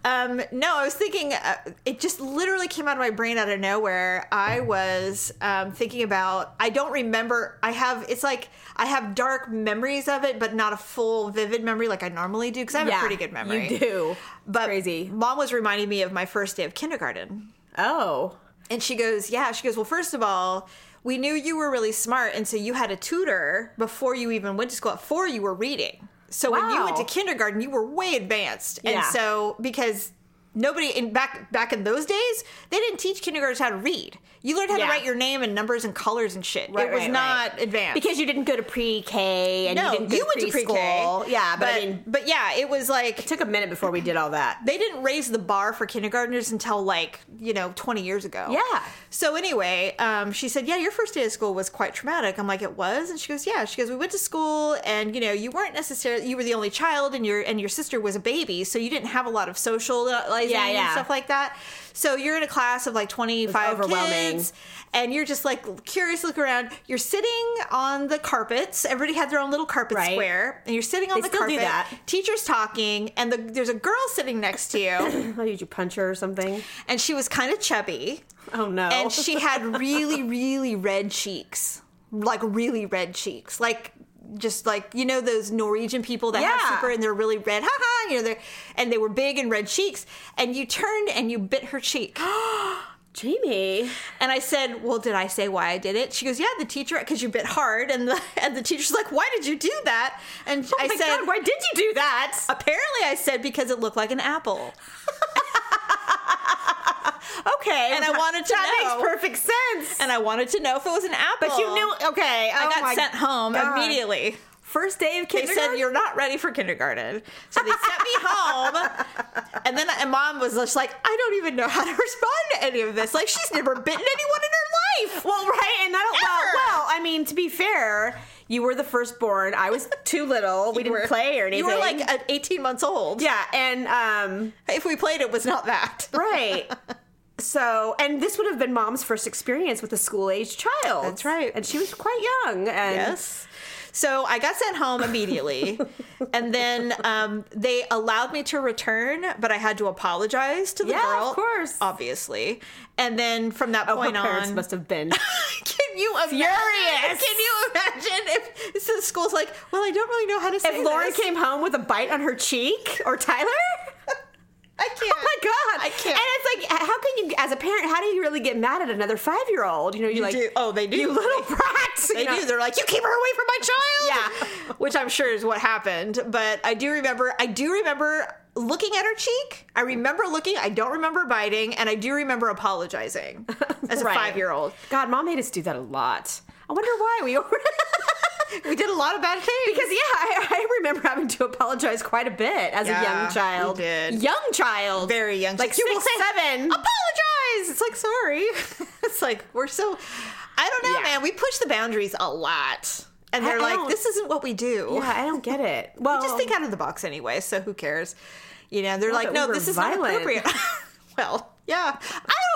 Speaker 3: Um, no, I was thinking, uh, it just literally came out of my brain out of nowhere. I was um, thinking about, I don't remember, I have, it's like, I have dark memories of it, but not a full vivid memory like I normally do, because I have a pretty good memory.
Speaker 2: You do.
Speaker 3: But
Speaker 2: Crazy.
Speaker 3: mom was reminding me of my first day of kindergarten.
Speaker 2: Oh.
Speaker 3: And she goes, Yeah. She goes, Well, first of all, we knew you were really smart. And so you had a tutor before you even went to school, before you were reading. So when you
Speaker 2: Wow.
Speaker 3: went to kindergarten, you were way advanced. And
Speaker 2: Yeah.
Speaker 3: so because nobody in back back in those days, they didn't teach kindergartners how to read. You learned how
Speaker 2: Yeah.
Speaker 3: to write your name and numbers and colors and shit.
Speaker 2: Right,
Speaker 3: it was
Speaker 2: right,
Speaker 3: not
Speaker 2: right.
Speaker 3: advanced.
Speaker 2: Because you didn't go to pre-K and
Speaker 3: no,
Speaker 2: you didn't go
Speaker 3: went to
Speaker 2: preschool.
Speaker 3: pre-K.
Speaker 2: Yeah, but,
Speaker 3: but
Speaker 2: I mean,
Speaker 3: but yeah, it was like
Speaker 2: it took a minute before we did all that.
Speaker 3: they didn't raise the bar for kindergartners until like you know 20 years ago
Speaker 2: Yeah.
Speaker 3: so anyway um, she said yeah your first day of school was quite traumatic i'm like it was and she goes yeah she goes we went to school and you know you weren't necessarily you were the only child and your and your sister was a baby so you didn't have a lot of socializing
Speaker 2: Yeah,
Speaker 3: and
Speaker 2: yeah.
Speaker 3: stuff like that so you're in a class of like 25
Speaker 2: overwhelming.
Speaker 3: kids and you're just like curious look around you're sitting on the carpets everybody had their own little carpet
Speaker 2: Right.
Speaker 3: square and you're sitting on
Speaker 2: They
Speaker 3: the
Speaker 2: still do
Speaker 3: carpet
Speaker 2: that.
Speaker 3: teacher's talking and the, there's a girl sitting next to you
Speaker 2: Oh, did you punch her or something?
Speaker 3: and she was kind of chubby
Speaker 2: Oh no.
Speaker 3: and she had really really red cheeks like really red cheeks like just like you know those Norwegian people that
Speaker 2: Yeah.
Speaker 3: have super and they're really red ha ha you know they're and they were big and red cheeks and you turned and you bit her cheek
Speaker 2: Jamie.
Speaker 3: and I said well did I say why I did it she goes yeah the teacher because you bit hard and the and the teacher's like why did you do that and
Speaker 2: Oh
Speaker 3: I
Speaker 2: my
Speaker 3: said
Speaker 2: god, why did you do that?
Speaker 3: apparently I said because it looked like an apple
Speaker 2: Okay.
Speaker 3: And I wanted to
Speaker 2: that
Speaker 3: know.
Speaker 2: makes perfect sense.
Speaker 3: and I wanted to know if it was an apple.
Speaker 2: But you knew okay.
Speaker 3: I
Speaker 2: oh
Speaker 3: got
Speaker 2: my
Speaker 3: sent home
Speaker 2: God.
Speaker 3: immediately.
Speaker 2: First day of
Speaker 3: They said
Speaker 2: kindergarten.
Speaker 3: you're not ready for kindergarten, so they sent me home. And then and mom was just like, I don't even know how to respond to any of this. Like she's never bitten anyone in her life.
Speaker 2: well, right, and I
Speaker 3: Ever.
Speaker 2: don't. Well, well, I mean, to be fair, you were the firstborn. I was too little. We
Speaker 3: You
Speaker 2: didn't
Speaker 3: were-
Speaker 2: play or anything.
Speaker 3: You were like
Speaker 2: uh,
Speaker 3: at 18 months old.
Speaker 2: yeah, and um,
Speaker 3: If we played, it was not that.
Speaker 2: right. So, and this would have been mom's first experience with a school age child.
Speaker 3: That's right.
Speaker 2: And she was quite young. And
Speaker 3: Yes. So I got sent home immediately, and then um, they allowed me to return, but I had to apologize to the
Speaker 2: Yeah,
Speaker 3: girl,
Speaker 2: of course.
Speaker 3: obviously. And then from that
Speaker 2: oh, her
Speaker 3: point
Speaker 2: parents
Speaker 3: on,
Speaker 2: must have been.
Speaker 3: can you imagine?
Speaker 2: Furious.
Speaker 3: Can you imagine if so the school's like, well, I don't really know how to say
Speaker 2: If Lauren
Speaker 3: this.
Speaker 2: came home with a bite on her cheek, or Tyler?
Speaker 3: I can't.
Speaker 2: Oh my god!
Speaker 3: I can't.
Speaker 2: And it's like, how can you, as a parent, how do you really get mad at another five year old? You know, you, like,
Speaker 3: do. Oh, they do.
Speaker 2: you little brats.
Speaker 3: They
Speaker 2: you know?
Speaker 3: do. They're like, you keep her away from my child.
Speaker 2: Yeah.
Speaker 3: which I'm sure is what happened. But I do remember. I do remember looking at her cheek. I remember looking. I don't remember biting, and I do remember apologizing as a
Speaker 2: Right.
Speaker 3: five year old.
Speaker 2: God, mom made us do that a lot. I wonder why we.
Speaker 3: We did a lot of bad things
Speaker 2: Because yeah, I, I remember having to apologize quite a bit as a
Speaker 3: Yeah,
Speaker 2: young child.
Speaker 3: you did.
Speaker 2: Young child,
Speaker 3: very young.
Speaker 2: like
Speaker 3: She's like, "You will
Speaker 2: six, seven.
Speaker 3: apologize. It's like sorry. it's like we're so. I don't know,
Speaker 2: Yeah.
Speaker 3: man. We push the boundaries a lot, and
Speaker 2: I-
Speaker 3: they're
Speaker 2: I
Speaker 3: like,
Speaker 2: don't-
Speaker 3: this isn't what we do.
Speaker 2: Yeah, I don't get it. Well,
Speaker 3: We just think out of the box anyway, so who cares? You know, they're like,
Speaker 2: but
Speaker 3: no,
Speaker 2: we were
Speaker 3: this is Oh. not
Speaker 2: violent."
Speaker 3: appropriate. well, yeah. I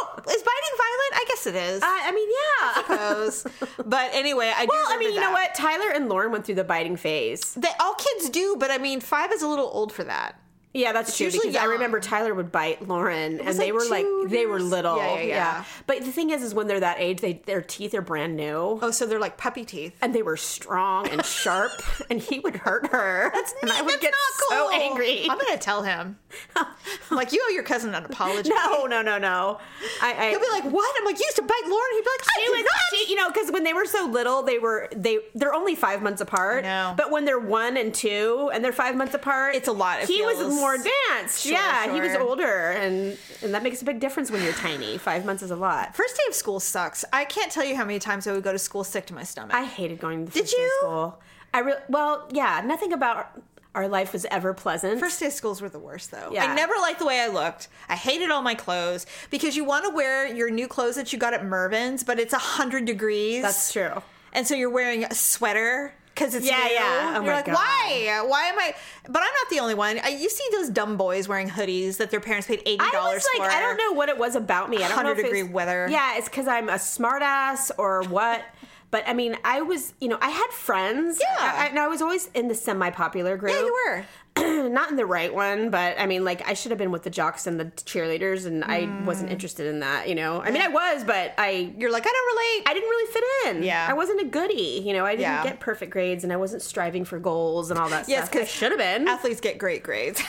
Speaker 3: don't. Is biting violent? I guess it is.
Speaker 2: I, I mean, yeah.
Speaker 3: suppose. but anyway, I do.
Speaker 2: Well, I mean,
Speaker 3: remember
Speaker 2: you know
Speaker 3: that.
Speaker 2: what? Tyler and Lauren went through the biting phase.
Speaker 3: They, all kids do, but I mean, five is a little old for that.
Speaker 2: Yeah, that's true.
Speaker 3: usually
Speaker 2: Because I
Speaker 3: young.
Speaker 2: remember Tyler would bite Lauren, and
Speaker 3: like
Speaker 2: they were like
Speaker 3: two
Speaker 2: they were
Speaker 3: years?
Speaker 2: little.
Speaker 3: Yeah, yeah, yeah.
Speaker 2: But the thing is, is when they're that age, they their teeth are brand new,
Speaker 3: Oh, so they're like puppy teeth.
Speaker 2: and they were strong and sharp, and he would hurt her.
Speaker 3: That's
Speaker 2: and I would
Speaker 3: that's
Speaker 2: get
Speaker 3: not
Speaker 2: so
Speaker 3: cool.
Speaker 2: angry.
Speaker 3: I'm gonna tell him. I'm like, you owe your cousin an apology.
Speaker 2: No, no, no, no. I, I
Speaker 3: He'll be like, what? I'm like, you used to bite Lauren. He'd be like, I
Speaker 2: She
Speaker 3: did
Speaker 2: was,
Speaker 3: not.
Speaker 2: she, you know, because when they were so little, they were they they're only five months apart.
Speaker 3: I know.
Speaker 2: But when they're one and two, and they're five months apart,
Speaker 3: It's a lot. It
Speaker 2: he was
Speaker 3: feels-
Speaker 2: more advanced.
Speaker 3: Sure,
Speaker 2: yeah, he was
Speaker 3: sure.
Speaker 2: older, and and that makes a big difference when you're tiny. Five months is a lot.
Speaker 3: First day of school sucks. I can't tell you how many times I would go to school sick to my stomach.
Speaker 2: I hated going to the first
Speaker 3: Did
Speaker 2: day of
Speaker 3: you?
Speaker 2: school. I re- well, yeah, nothing about our life was ever pleasant.
Speaker 3: First day of schools were the worst, though.
Speaker 2: Yeah.
Speaker 3: I never liked the way I looked. I hated all my clothes because you want to wear your new clothes that you got at Mervin's, but it's hundred degrees.
Speaker 2: that's true.
Speaker 3: And so you're wearing a sweater because it's
Speaker 2: Yeah,
Speaker 3: new.
Speaker 2: yeah. Oh
Speaker 3: you're
Speaker 2: my
Speaker 3: like,
Speaker 2: God.
Speaker 3: why? Why am I? But I'm not the only one. I, you see those dumb boys wearing hoodies that their parents paid eighty
Speaker 2: I
Speaker 3: dollars
Speaker 2: was like,
Speaker 3: for.
Speaker 2: I don't know what it was about me. I don't know if
Speaker 3: 100
Speaker 2: it was-
Speaker 3: degree weather.
Speaker 2: Yeah, it's because I'm a smartass or what. but I mean, I was, you know, I had friends.
Speaker 3: Yeah.
Speaker 2: I, I- and I was always in the semi-popular group.
Speaker 3: Yeah, you were.
Speaker 2: Not in the right one, but I mean, like I should have been with the jocks and the cheerleaders, and I wasn't
Speaker 3: Mm.
Speaker 2: interested in that. You know, I mean, I was, but I.
Speaker 3: You're like, I don't relate.
Speaker 2: I didn't really fit in.
Speaker 3: Yeah.
Speaker 2: I wasn't a goody. You know, I didn't
Speaker 3: Yeah.
Speaker 2: get perfect grades and I wasn't striving for goals and all that
Speaker 3: Yes,
Speaker 2: stuff. I
Speaker 3: 'cause
Speaker 2: should have been.
Speaker 3: Athletes get great grades.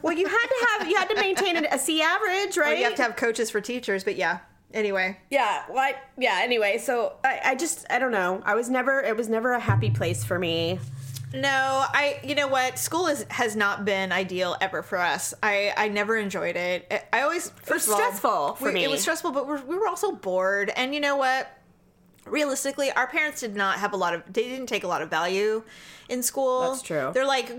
Speaker 2: well, you had to have, you had to maintain an- a C average, right?
Speaker 3: you have to have coaches for teachers, but yeah. Anyway,
Speaker 2: yeah well I, yeah anyway so I, I just i don't know i was never it was never a happy place for me
Speaker 3: No, I. You know what? School is has not been ideal ever for us. I I never enjoyed it. I- I always first of all,
Speaker 2: stressful for
Speaker 3: we-
Speaker 2: me.
Speaker 3: It was stressful, but we're, we were also bored. And you know what? Realistically, our parents did not have a lot of. They didn't take a lot of value in school.
Speaker 2: That's true.
Speaker 3: They're like, we're,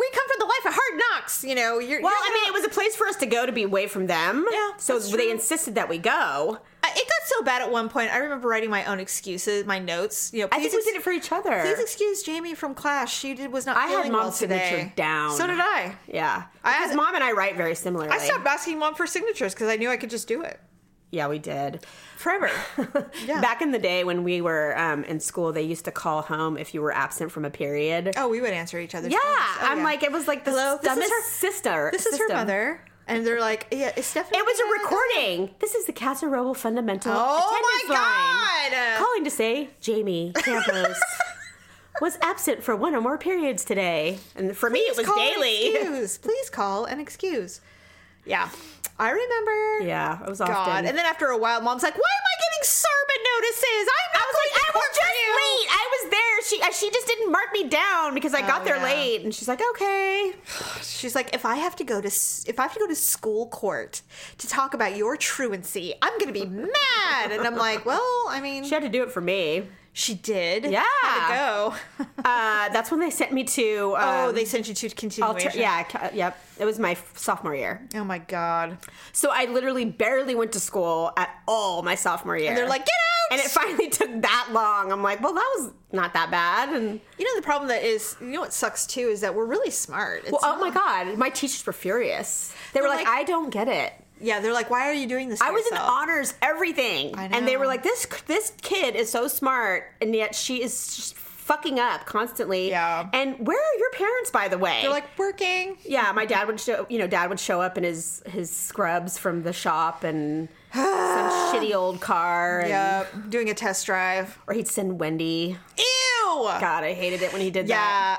Speaker 3: we come from the life of hard knocks. You know, you're.
Speaker 2: well i mean it was a place for us to go to be away from them
Speaker 3: Yeah,
Speaker 2: so
Speaker 3: that's
Speaker 2: they
Speaker 3: true.
Speaker 2: insisted that we go
Speaker 3: It got so bad at one point. I remember writing my own excuses, my notes. You know,
Speaker 2: i think
Speaker 3: please
Speaker 2: we
Speaker 3: ex-
Speaker 2: did it for each other
Speaker 3: Please excuse Jamie from class. She did was not.
Speaker 2: i had
Speaker 3: feeling well
Speaker 2: mom's signature
Speaker 3: today.
Speaker 2: down
Speaker 3: So did I.
Speaker 2: yeah
Speaker 3: I
Speaker 2: because
Speaker 3: had-
Speaker 2: mom and i write very similarly
Speaker 3: I stopped asking mom for signatures because I knew I could just do it
Speaker 2: yeah we did
Speaker 3: forever. Yeah.
Speaker 2: back in the day when we were um, in school they used to call home if you were absent from a period
Speaker 3: oh, we would answer each other's.
Speaker 2: yeah,
Speaker 3: phones. Oh,
Speaker 2: I'm like it was like the
Speaker 3: Hello? This is
Speaker 2: dumbest
Speaker 3: her-
Speaker 2: sister.
Speaker 3: this is her
Speaker 2: system.
Speaker 3: mother, and they're like, yeah, it's Stephanie.
Speaker 2: It was
Speaker 3: there?
Speaker 2: a recording. This is the Casserole Fundamental
Speaker 3: Oh
Speaker 2: Attendance
Speaker 3: my
Speaker 2: Line.
Speaker 3: god!
Speaker 2: Calling to say Jamie Campos was absent for one or more periods today, and for me
Speaker 3: Please
Speaker 2: it was
Speaker 3: call and
Speaker 2: daily.
Speaker 3: excuse. Please call and excuse. Yeah, I remember.
Speaker 2: Yeah, it was
Speaker 3: God,
Speaker 2: often.
Speaker 3: and then after a while, mom's like, "Why am I getting sermon notices? I'm not
Speaker 2: was
Speaker 3: going
Speaker 2: like, I
Speaker 3: to
Speaker 2: was
Speaker 3: court for
Speaker 2: just
Speaker 3: you."
Speaker 2: late. I was there. She uh, she just didn't mark me down because I got there
Speaker 3: Oh, yeah.
Speaker 2: late, and she's like, okay.
Speaker 3: She's like, if I have to go to s- if I have to go to school court to talk about your truancy, I'm gonna be mad. And I'm like, well, I mean,
Speaker 2: She had to do it for me.
Speaker 3: She did.
Speaker 2: Yeah.
Speaker 3: How'd it go?
Speaker 2: Uh, that's when they sent me to. Um,
Speaker 3: oh, they sent you to continuation.
Speaker 2: alter- yeah, ca- yep. It was my f- sophomore year.
Speaker 3: Oh my god.
Speaker 2: So I literally barely went to school at all my sophomore year. And
Speaker 3: they're like, "Get out!"
Speaker 2: And it finally took that long. I'm like, well, that was not that bad. And
Speaker 3: You know the problem that is. You know what sucks too is that we're really smart. It's
Speaker 2: well, oh my
Speaker 3: not-
Speaker 2: god, my teachers were furious. They were
Speaker 3: They're
Speaker 2: like,
Speaker 3: like-
Speaker 2: I don't get it.
Speaker 3: Yeah, they're like, why are you doing this? to
Speaker 2: I was in
Speaker 3: yourself?"
Speaker 2: honors everything,
Speaker 3: I
Speaker 2: and they were
Speaker 3: know.
Speaker 2: like, "This this kid is so smart, and yet she is just fucking up constantly."
Speaker 3: Yeah.
Speaker 2: And where are your parents, by the way?
Speaker 3: They're like working.
Speaker 2: yeah, my dad would show. You know, dad would show up in his his scrubs from the shop and some shitty old car. And,
Speaker 3: Yeah, doing a test drive.
Speaker 2: Or he'd send Wendy.
Speaker 3: Ew.
Speaker 2: God, I hated it when he did that.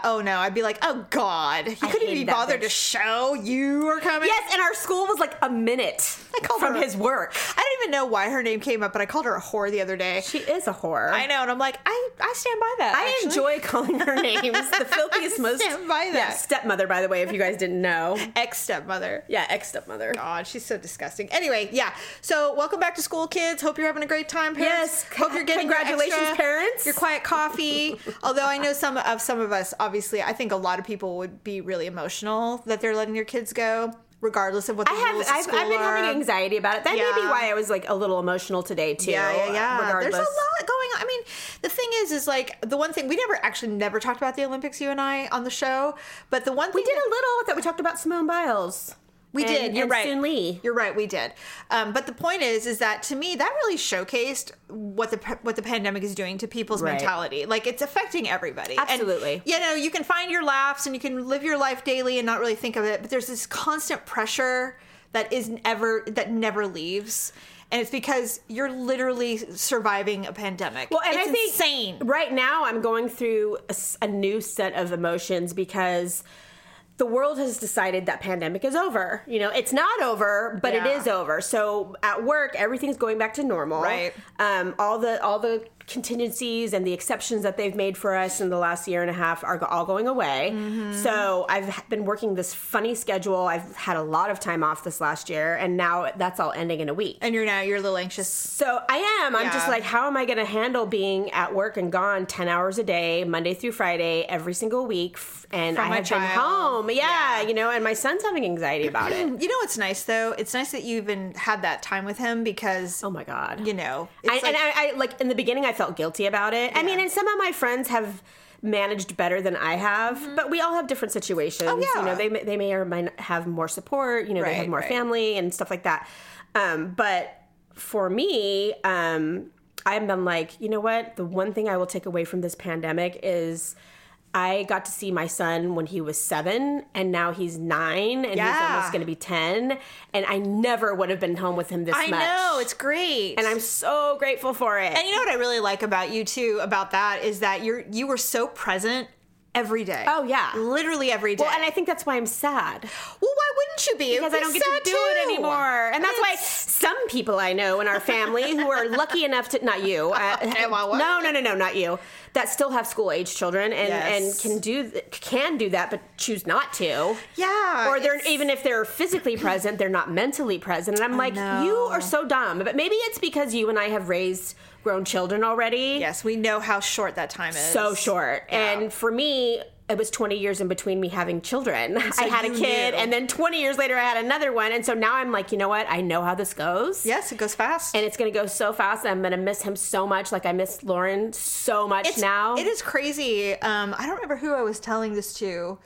Speaker 3: Yeah. Oh no. I'd be like, oh god. He
Speaker 2: I
Speaker 3: couldn't even be
Speaker 2: hated that
Speaker 3: bothered to
Speaker 2: bitch.
Speaker 3: show you were coming.
Speaker 2: Yes, and our school was like a minute
Speaker 3: I called
Speaker 2: from
Speaker 3: her-
Speaker 2: his work.
Speaker 3: I don't even know why her name came up, but I called her a whore the other day.
Speaker 2: She is a whore.
Speaker 3: I know, and I'm like, I I stand by that.
Speaker 2: I
Speaker 3: actually.
Speaker 2: enjoy calling her names. The filthiest, most
Speaker 3: stand by
Speaker 2: Yeah,
Speaker 3: that.
Speaker 2: stepmother. By the way, if you guys didn't know,
Speaker 3: ex stepmother.
Speaker 2: yeah, ex stepmother.
Speaker 3: God, she's so disgusting. Anyway, yeah. So welcome back to school, kids. Hope you're having a great time, parents.
Speaker 2: Yes.
Speaker 3: Hope you're getting your
Speaker 2: Congratulations,
Speaker 3: extra-
Speaker 2: parents.
Speaker 3: Your quiet coffee. Although I know some of some of us, obviously, I think a lot of people would be really emotional that they're letting their kids go, regardless of what the
Speaker 2: I have.
Speaker 3: rules of
Speaker 2: I've,
Speaker 3: school
Speaker 2: I've been
Speaker 3: are.
Speaker 2: having anxiety about it. That may be
Speaker 3: Yeah.
Speaker 2: why I was like a little emotional today too.
Speaker 3: Yeah, yeah, yeah.
Speaker 2: Regardless.
Speaker 3: There's a lot going on. I mean, the thing is, is like the one thing we never actually never talked about the Olympics, you and I, on the show. But the one thing
Speaker 2: We did
Speaker 3: that-
Speaker 2: a little that we talked about Simone Biles.
Speaker 3: We
Speaker 2: and-
Speaker 3: did. You're
Speaker 2: and
Speaker 3: right.
Speaker 2: Soon Lee.
Speaker 3: You're right. We did. Um, but the point is, is that to me, that really showcased what the pa- what the pandemic is doing to people's
Speaker 2: Right.
Speaker 3: mentality. Like it's affecting everybody. And,
Speaker 2: Absolutely.
Speaker 3: you know, you can find your laughs and you can live your life daily and not really think of it. But there's this constant pressure that is ever that never leaves. And it's because you're literally surviving a pandemic.
Speaker 2: Well, and
Speaker 3: It's
Speaker 2: I think
Speaker 3: insane.
Speaker 2: right now I'm going through a, s- a new set of emotions because the world has decided that pandemic is over. You know, it's not over, but it
Speaker 3: Yeah.
Speaker 2: is over. So at work, everything's going back to normal.
Speaker 3: Right.
Speaker 2: Um, all the all the contingencies and the exceptions that they've made for us in the last year and a half are go- all going away.
Speaker 3: Mm-hmm.
Speaker 2: So I've h- been working this funny schedule. I've had a lot of time off this last year, and now that's all ending in a week.
Speaker 3: And you're now you're a little anxious.
Speaker 2: So I am. I'm just
Speaker 3: Yeah.
Speaker 2: like, how am I going to handle being at work and gone 10 hours a day, Monday through Friday, every single week? f- And
Speaker 3: From
Speaker 2: I
Speaker 3: my
Speaker 2: have been
Speaker 3: child.
Speaker 2: home. Yeah, you know, and my son's having anxiety about it.
Speaker 3: You know what's nice though? It's nice that you even had that time with him because
Speaker 2: Oh my God.
Speaker 3: you know
Speaker 2: I,
Speaker 3: it's
Speaker 2: and
Speaker 3: like-
Speaker 2: I, I, like, in the beginning, I felt guilty about it. I mean, and some of my friends have managed better than I have, but we all have different situations.
Speaker 3: Mm-hmm. Oh, yeah.
Speaker 2: You know, they, may- they may or may not have more support, you know, they have
Speaker 3: Right,
Speaker 2: more
Speaker 3: right.
Speaker 2: family and stuff like that. Um, but for me, um, I've been like, you know what? The one thing I will take away from this pandemic is I got to see my son when he was seven, and now he's nine, and he's
Speaker 3: Yeah.
Speaker 2: almost going to be ten. And I never would have been home with him this
Speaker 3: I
Speaker 2: much.
Speaker 3: know it's great,
Speaker 2: and I'm so grateful for it.
Speaker 3: And you know what I really like about you too about that is that you're you were so present every day.
Speaker 2: Oh, yeah.
Speaker 3: literally every day.
Speaker 2: Well, and I think that's why I'm sad
Speaker 3: well, why wouldn't you be? It
Speaker 2: because I
Speaker 3: would
Speaker 2: don't
Speaker 3: be
Speaker 2: get to
Speaker 3: sad,
Speaker 2: do
Speaker 3: too.
Speaker 2: it anymore, and that's why
Speaker 3: It's-
Speaker 2: some people I know in our family who are lucky enough to—not you, uh,
Speaker 3: Okay, well, what?
Speaker 2: no, no, no, no, not you—that still have school-age children and
Speaker 3: Yes.
Speaker 2: and can do th- can do that, but choose not to.
Speaker 3: Yeah,
Speaker 2: or they're
Speaker 3: it's-
Speaker 2: even if they're physically present, they're not mentally present. And I'm like, you
Speaker 3: know.
Speaker 2: are so dumb. But maybe it's because you and I have raised grown children already.
Speaker 3: Yes, we know how short that time is.
Speaker 2: so short. And for me, it was 20 years in between me having children. I had a
Speaker 3: you
Speaker 2: kid,
Speaker 3: knew.
Speaker 2: and then 20 years later, I had another one. And so now I'm like, you know what? I know how this goes.
Speaker 3: Yes, it goes fast.
Speaker 2: And it's going to go so fast. I'm going to miss him so much. Like I miss Lauren so much
Speaker 3: it's
Speaker 2: now.
Speaker 3: It is crazy. Um, I don't remember who I was telling this to.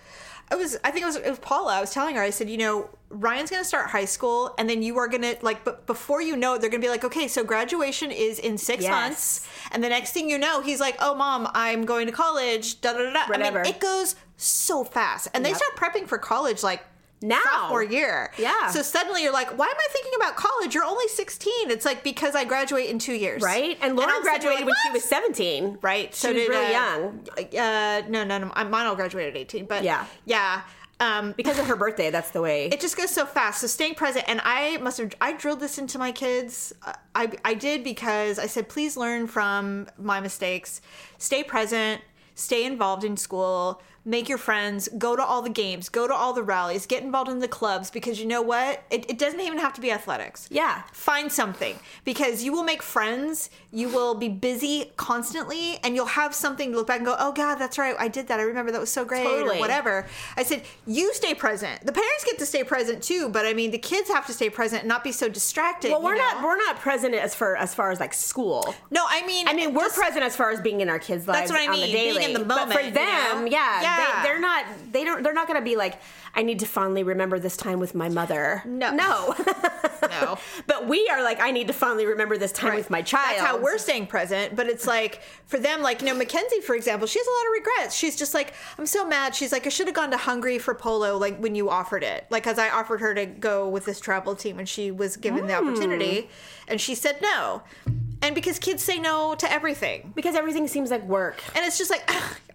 Speaker 3: I was, I think it was, it was Paula. I was telling her. I said, you know, Ryan's going to start high school, and then you are going to like, but before you know it, they're going to be like, okay, so graduation is in six
Speaker 2: Yes.
Speaker 3: months, and the next thing you know, he's like, oh, mom, I'm going to college. Da da da. da.
Speaker 2: Whatever.
Speaker 3: I mean, it goes so fast, and they
Speaker 2: Yep.
Speaker 3: start prepping for college like.
Speaker 2: Now.
Speaker 3: sophomore year,
Speaker 2: Yeah.
Speaker 3: So suddenly you're like, why am I thinking about college? You're only 16. It's like because I graduate in two years,
Speaker 2: Right? And Lauren
Speaker 3: I'm sitting there
Speaker 2: graduated
Speaker 3: like,
Speaker 2: when she
Speaker 3: "What?"
Speaker 2: was 17.
Speaker 3: Right.
Speaker 2: She was really young.
Speaker 3: Uh, no, no, no. I- Mine all graduated at 18, but
Speaker 2: Yeah.
Speaker 3: Yeah. Um,
Speaker 2: Because of her birthday, that's the way.
Speaker 3: it just goes so fast. So staying present, and I must have I drilled this into my kids. Uh, I I did because I said please learn from my mistakes, stay present, stay involved in school, make your friends, go to all the games, go to all the rallies, get involved in the clubs because you know what? It, it doesn't even have to be athletics.
Speaker 2: Yeah.
Speaker 3: Find something because you will make friends, you will be busy constantly, and you'll have something to look back and go, oh God, that's right. I did that. I remember that was so great
Speaker 2: Totally.
Speaker 3: or whatever. I said, you stay present. The parents get to stay present too, but I mean, the kids have to stay present and not be so distracted.
Speaker 2: Well, we're
Speaker 3: you know?
Speaker 2: not we're not present as for as far as like school.
Speaker 3: No, I mean,
Speaker 2: I mean, we're
Speaker 3: just-
Speaker 2: present as far as being in our kids'
Speaker 3: That's
Speaker 2: lives
Speaker 3: what I
Speaker 2: on the
Speaker 3: mean, being in
Speaker 2: daily.
Speaker 3: the
Speaker 2: but for
Speaker 3: moment, you
Speaker 2: them,
Speaker 3: know?
Speaker 2: yeah,
Speaker 3: Yeah.
Speaker 2: They, they're not. They don't. They're not going to be like. I need to fondly remember this time with my mother.
Speaker 3: No.
Speaker 2: no.
Speaker 3: No.
Speaker 2: but we are like, I need to fondly remember this time with my child.
Speaker 3: That's how we're staying present. But it's like for them, like you know, Mackenzie, for example, she has a lot of regrets. She's just like, I'm so mad. She's like, I should have gone to Hungary for polo, like when you offered it, like because I offered her to go with this travel team, and she was given the
Speaker 2: Mm.
Speaker 3: opportunity, and she said no. And because kids say no to everything,
Speaker 2: because everything seems like work.
Speaker 3: and it's just like.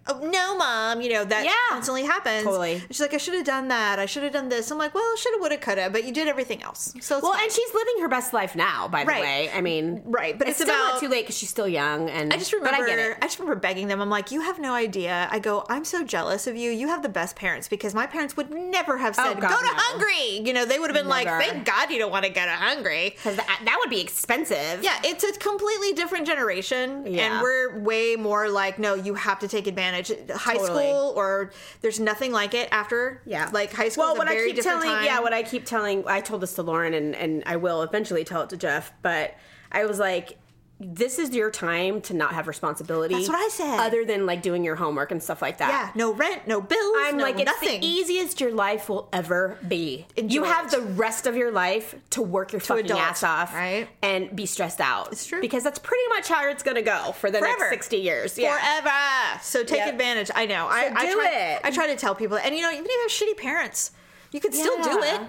Speaker 3: Oh, no, mom, you know, that
Speaker 2: Yeah.
Speaker 3: constantly happens.
Speaker 2: Totally.
Speaker 3: And she's like, I should have done that. I should have done this. I'm like, well, should have, would have, could have, but you did everything else. So it's
Speaker 2: Well,
Speaker 3: fine.
Speaker 2: and she's living her best life now. By the
Speaker 3: Right.
Speaker 2: way, I mean,
Speaker 3: Right, but it's
Speaker 2: still not
Speaker 3: about-
Speaker 2: too late because she's still young. And
Speaker 3: I just remember.
Speaker 2: But I get it.
Speaker 3: just remember begging them. I'm like, you have no idea. I go, I'm so jealous of you. You have the best parents because my parents would never have said,
Speaker 2: Oh, God,
Speaker 3: go to
Speaker 2: no.
Speaker 3: Hungary. You know, they would have been
Speaker 2: Never.
Speaker 3: like, thank God you don't want to go to Hungary.
Speaker 2: Because that, that would be expensive.
Speaker 3: Yeah, it's a completely different generation,
Speaker 2: Yeah.
Speaker 3: and we're way more like, no, you have to take advantage. High
Speaker 2: Totally.
Speaker 3: school, or there's nothing like it after.
Speaker 2: Yeah,
Speaker 3: like high school.
Speaker 2: Well,
Speaker 3: is a
Speaker 2: what
Speaker 3: very
Speaker 2: I keep
Speaker 3: different
Speaker 2: telling,
Speaker 3: time.
Speaker 2: yeah, what I keep telling, I told this to Lauren, and and I will eventually tell it to Jeff. But I was like, this is your time to not have responsibility.
Speaker 3: That's what I said.
Speaker 2: Other than like doing your homework and stuff like that.
Speaker 3: yeah, no rent, no bills,
Speaker 2: I'm
Speaker 3: no
Speaker 2: like, it's
Speaker 3: nothing.
Speaker 2: the easiest your life will ever be. you
Speaker 3: Enjoy
Speaker 2: have
Speaker 3: it.
Speaker 2: the rest of your life to work your fucking
Speaker 3: adult,
Speaker 2: ass off,
Speaker 3: right?
Speaker 2: And be stressed out. It's
Speaker 3: true.
Speaker 2: because that's pretty much how it's gonna go for the
Speaker 3: Forever.
Speaker 2: next sixty years. Yeah.
Speaker 3: forever. So take
Speaker 2: Yep.
Speaker 3: advantage. I know. I, I
Speaker 2: do
Speaker 3: try,
Speaker 2: it.
Speaker 3: I try to tell people, and you know, even if you have shitty parents, you could still do
Speaker 2: Yeah.
Speaker 3: it.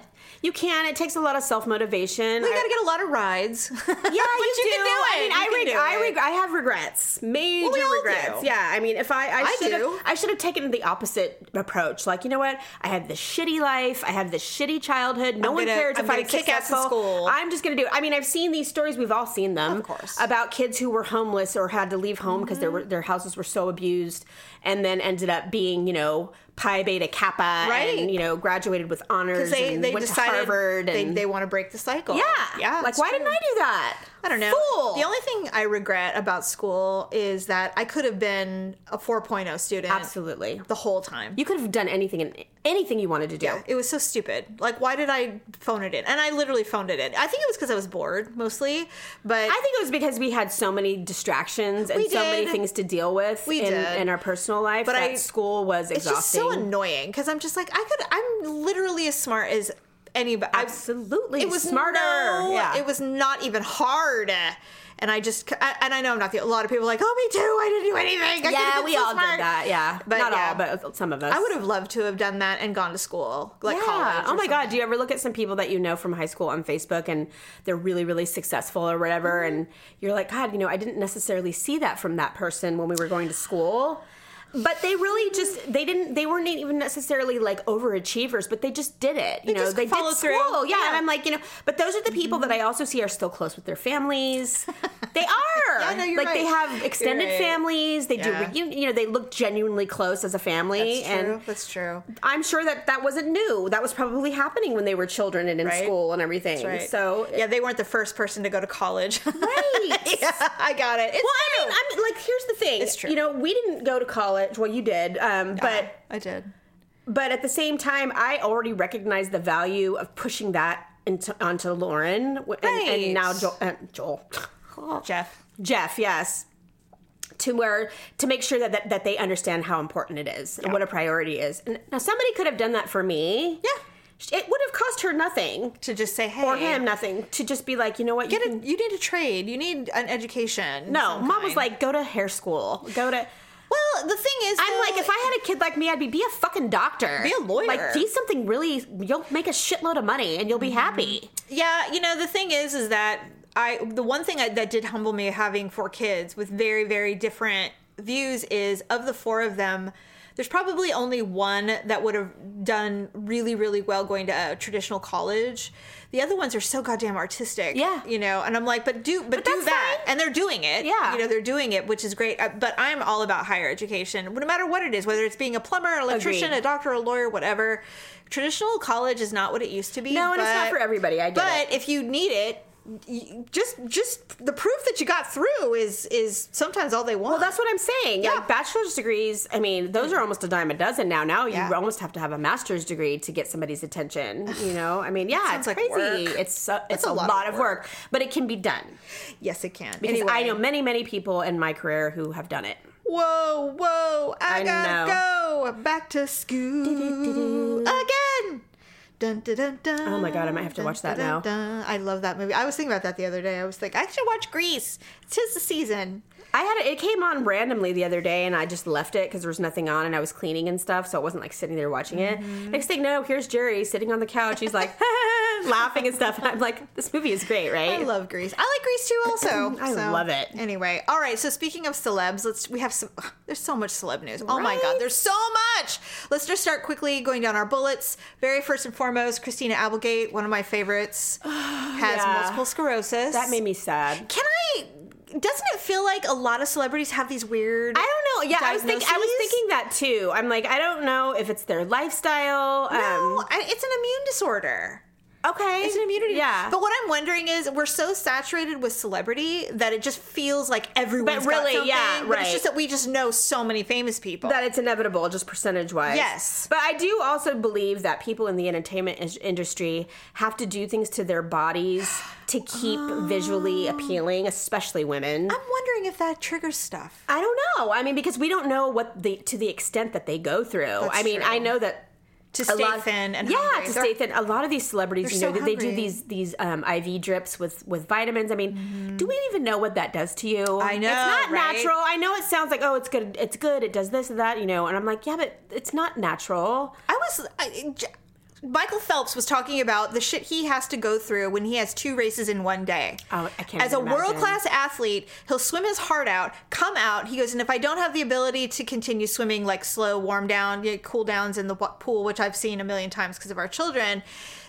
Speaker 2: You can. It takes a lot of self motivation.
Speaker 3: We gotta get a lot of rides. yeah, but
Speaker 2: Yeah, you, do.
Speaker 3: can do it.
Speaker 2: I mean,
Speaker 3: You
Speaker 2: I,
Speaker 3: can
Speaker 2: reg-
Speaker 3: do
Speaker 2: I,
Speaker 3: it.
Speaker 2: reg- I have regrets, major
Speaker 3: all
Speaker 2: regrets.
Speaker 3: do.
Speaker 2: Yeah, I mean, if I, I
Speaker 3: I
Speaker 2: should have,
Speaker 3: do.
Speaker 2: I should have taken the opposite approach. Like, you know what? I had this shitty life. I had this shitty childhood. No
Speaker 3: I'm
Speaker 2: one
Speaker 3: gonna-
Speaker 2: cares
Speaker 3: I'm
Speaker 2: if I
Speaker 3: gonna
Speaker 2: was
Speaker 3: kick ass in
Speaker 2: successful.
Speaker 3: school.
Speaker 2: I'm just gonna do. It. I mean, I've seen these stories. We've all seen them,
Speaker 3: Of course. Mm-hmm.
Speaker 2: about kids who were homeless or had to leave home because their their houses were so abused, and then ended up being, you know. Pi Beta Kappa,
Speaker 3: Right.
Speaker 2: and you know, graduated with honors.
Speaker 3: they
Speaker 2: and
Speaker 3: they
Speaker 2: went
Speaker 3: decided
Speaker 2: to Harvard.
Speaker 3: they,
Speaker 2: and
Speaker 3: they want to break the cycle.
Speaker 2: yeah,
Speaker 3: yeah.
Speaker 2: Like,
Speaker 3: it's
Speaker 2: why
Speaker 3: true.
Speaker 2: didn't I do that?
Speaker 3: I don't know.
Speaker 2: Fool.
Speaker 3: The only thing I regret about school is that I could have been a 4.0 student
Speaker 2: Absolutely.
Speaker 3: the whole time.
Speaker 2: You could have done anything and anything you wanted to do.
Speaker 3: Yeah, it was so stupid. Like, why did I phone it in? And I literally phoned it in. I think it was because I was bored mostly, but
Speaker 2: I think it was because we had so many distractions and
Speaker 3: We
Speaker 2: so many
Speaker 3: did.
Speaker 2: things to deal with
Speaker 3: We
Speaker 2: in,
Speaker 3: did.
Speaker 2: in our personal life.
Speaker 3: But
Speaker 2: that
Speaker 3: I-
Speaker 2: school was
Speaker 3: it's just
Speaker 2: exhausting.
Speaker 3: so annoying because I'm just like I could I'm literally as smart as anybody. I-
Speaker 2: Absolutely,
Speaker 3: it was
Speaker 2: smarter.
Speaker 3: no-
Speaker 2: yeah,
Speaker 3: it was not even hard. And I just I, and I know I'm not the. A lot of people are like, oh, me too. I didn't do anything. I could've
Speaker 2: Yeah,
Speaker 3: been
Speaker 2: we
Speaker 3: so
Speaker 2: all
Speaker 3: smart."
Speaker 2: did that. Yeah,
Speaker 3: But
Speaker 2: not
Speaker 3: yeah.
Speaker 2: all, but some of us.
Speaker 3: I would have loved to have done that and gone to school, like
Speaker 2: yeah.
Speaker 3: college.
Speaker 2: Oh
Speaker 3: or
Speaker 2: my god,
Speaker 3: something.
Speaker 2: do you ever look at some people that you know from high school on Facebook and they're really really successful or whatever
Speaker 3: Mm-hmm.
Speaker 2: and you're like, god, you know, I didn't necessarily see that from that person when we were going to school. But they really just they didn't they weren't even necessarily like overachievers, but they just did it. You
Speaker 3: They
Speaker 2: know,
Speaker 3: just
Speaker 2: they did
Speaker 3: followed through.
Speaker 2: school.
Speaker 3: Yeah.
Speaker 2: Yeah,
Speaker 3: Mm-hmm.
Speaker 2: and I'm like, you know, but those are the people that I also see are still close with their families. They are.
Speaker 3: Yeah, no, you're
Speaker 2: like they
Speaker 3: right.
Speaker 2: have
Speaker 3: You're
Speaker 2: extended
Speaker 3: right.
Speaker 2: families. They
Speaker 3: Yeah.
Speaker 2: do reunion, you know, they look genuinely close as a family
Speaker 3: That's true.
Speaker 2: and
Speaker 3: That's true.
Speaker 2: I'm sure that that wasn't new. That was probably happening when they were children and in
Speaker 3: Right.
Speaker 2: school and everything.
Speaker 3: Right.
Speaker 2: So
Speaker 3: yeah, they weren't the first person to go to college.
Speaker 2: right.
Speaker 3: yeah, I got it. It's
Speaker 2: Well, I
Speaker 3: true.
Speaker 2: mean, I mean, like, here's the thing.
Speaker 3: It's true.
Speaker 2: You know, we didn't go to college. Well, you did, um, but
Speaker 3: I did.
Speaker 2: but at the same time, I already recognized the value of pushing that into onto Lauren w- and, and
Speaker 3: Right.
Speaker 2: now Joel, uh, Joel,
Speaker 3: Jeff.
Speaker 2: Jeff. Yes. To where to make sure that, that that they understand how important it is and what a priority is. And now somebody could have done that for me.
Speaker 3: Yeah.
Speaker 2: It would have cost her nothing.
Speaker 3: To just say, hey,
Speaker 2: or him nothing to just be like you know what you
Speaker 3: Get
Speaker 2: can-
Speaker 3: a, you need a trade. You need an education.
Speaker 2: no
Speaker 3: some
Speaker 2: mom was
Speaker 3: kind.
Speaker 2: like go to hair school go to
Speaker 3: well, the thing is,
Speaker 2: I'm
Speaker 3: though,
Speaker 2: like, if I had a kid like me, I'd be be a fucking doctor,
Speaker 3: Be a lawyer.
Speaker 2: like do something really. You'll make a shitload of money and you'll
Speaker 3: Mm-hmm.
Speaker 2: be happy.
Speaker 3: yeah, you know, the thing is, is that I the one thing I, that did humble me having four kids with very very different views is of the four of them. There's probably only one that would have done really, really well going to a traditional college. The other ones are so goddamn artistic.
Speaker 2: Yeah.
Speaker 3: You know, and I'm like, but do, but, do
Speaker 2: that's
Speaker 3: that.
Speaker 2: fine.
Speaker 3: And they're doing it.
Speaker 2: Yeah.
Speaker 3: You know, they're doing it, which is great. Uh, But I'm all about higher education, no matter what it is, whether it's being a plumber, an electrician,
Speaker 2: Agreed.
Speaker 3: a doctor, a lawyer, whatever. Traditional college is not what it used to be.
Speaker 2: No, and it's not
Speaker 3: but-
Speaker 2: for everybody. I get it.
Speaker 3: but if you need it, y- just just the proof that you got through is is sometimes all they want.
Speaker 2: Well, that's what I'm saying.
Speaker 3: Yeah.
Speaker 2: Like bachelor's degrees, I mean, those are almost a dime a dozen now. Now
Speaker 3: Yeah.
Speaker 2: you almost have to have a master's degree to get somebody's attention. You know, I mean, yeah,
Speaker 3: sounds
Speaker 2: it's
Speaker 3: like
Speaker 2: crazy.
Speaker 3: work.
Speaker 2: It's uh, it's
Speaker 3: a
Speaker 2: a,
Speaker 3: lot
Speaker 2: lot,
Speaker 3: of
Speaker 2: of
Speaker 3: work.
Speaker 2: work. but it can be done.
Speaker 3: yes, it can.
Speaker 2: Because
Speaker 3: Anyway.
Speaker 2: I know many, many people in my career who have done it.
Speaker 3: Whoa, whoa! I,
Speaker 2: I
Speaker 3: gotta go back to school again. Dun, dun, dun, dun,
Speaker 2: Oh my God, I might have to watch that now.
Speaker 3: dun. I love that movie. I was thinking about that the other day. I was like, I should watch Grease. Tis the season.
Speaker 2: I had it, it came on randomly the other day, and I just left it because there was nothing on, and I was cleaning and stuff, so I wasn't like sitting there watching it. Next thing, no, here's Jerry sitting on the couch. He's like laughing and stuff. And I'm like, this movie is great, right?
Speaker 3: I love Grease. I like Grease too. Also,
Speaker 2: I
Speaker 3: So,
Speaker 2: love it.
Speaker 3: Anyway, all right. So speaking of celebs, let's we have some. ugh, There's so much celeb news. Oh my god,
Speaker 2: Right?
Speaker 3: there's so much. Let's just start quickly going down our bullets. Very first and foremost, Christina Applegate, one of my favorites, has
Speaker 2: Yeah.
Speaker 3: multiple sclerosis.
Speaker 2: that made me sad.
Speaker 3: Can I? Doesn't it feel like a lot of celebrities have these weird?
Speaker 2: I don't know. Yeah, I was thinking. I was
Speaker 3: diagnoses?
Speaker 2: thinking that too. I'm like, I don't know if it's their lifestyle.
Speaker 3: No,
Speaker 2: um,
Speaker 3: I- it's an immune disorder.
Speaker 2: okay,
Speaker 3: It's an immunity.
Speaker 2: Yeah,
Speaker 3: But what I'm wondering is, we're so saturated with celebrity that it just feels like everyone's
Speaker 2: But
Speaker 3: got
Speaker 2: really,
Speaker 3: something.
Speaker 2: yeah,
Speaker 3: But it's
Speaker 2: right.
Speaker 3: just that we just know so many famous people.
Speaker 2: that it's inevitable, just percentage wise.
Speaker 3: Yes.
Speaker 2: but I do also believe that people in the entertainment is- industry have to do things to their bodies to keep visually appealing, especially women.
Speaker 3: I'm wondering if that triggers stuff.
Speaker 2: I don't know. I mean, because we don't know what the to the extent that they go through. I mean,
Speaker 3: true.
Speaker 2: I know that
Speaker 3: To
Speaker 2: a
Speaker 3: stay
Speaker 2: lot-
Speaker 3: thin and
Speaker 2: yeah,
Speaker 3: hungry.
Speaker 2: to
Speaker 3: They're-
Speaker 2: stay thin. A lot of these celebrities, you
Speaker 3: They're
Speaker 2: know,
Speaker 3: so
Speaker 2: that they do
Speaker 3: hungry.
Speaker 2: these these um, IV drips with with vitamins. I mean, do we even know what that does to you? I
Speaker 3: Mm-hmm. know,
Speaker 2: it's not
Speaker 3: right?
Speaker 2: natural. I know it sounds like oh, it's good, it's good, it does this and that, you know. And I'm like, yeah, but it's not natural.
Speaker 3: I was. I, J- Michael Phelps was talking about the shit he has to go through when he has two races in one day.
Speaker 2: Oh, I can't
Speaker 3: As a
Speaker 2: even imagine.
Speaker 3: world class athlete, he'll swim his heart out, come out. He goes, and if I don't have the ability to continue swimming like slow warm down, you know, cool downs in the wa- pool, which I've seen a million times because of our children,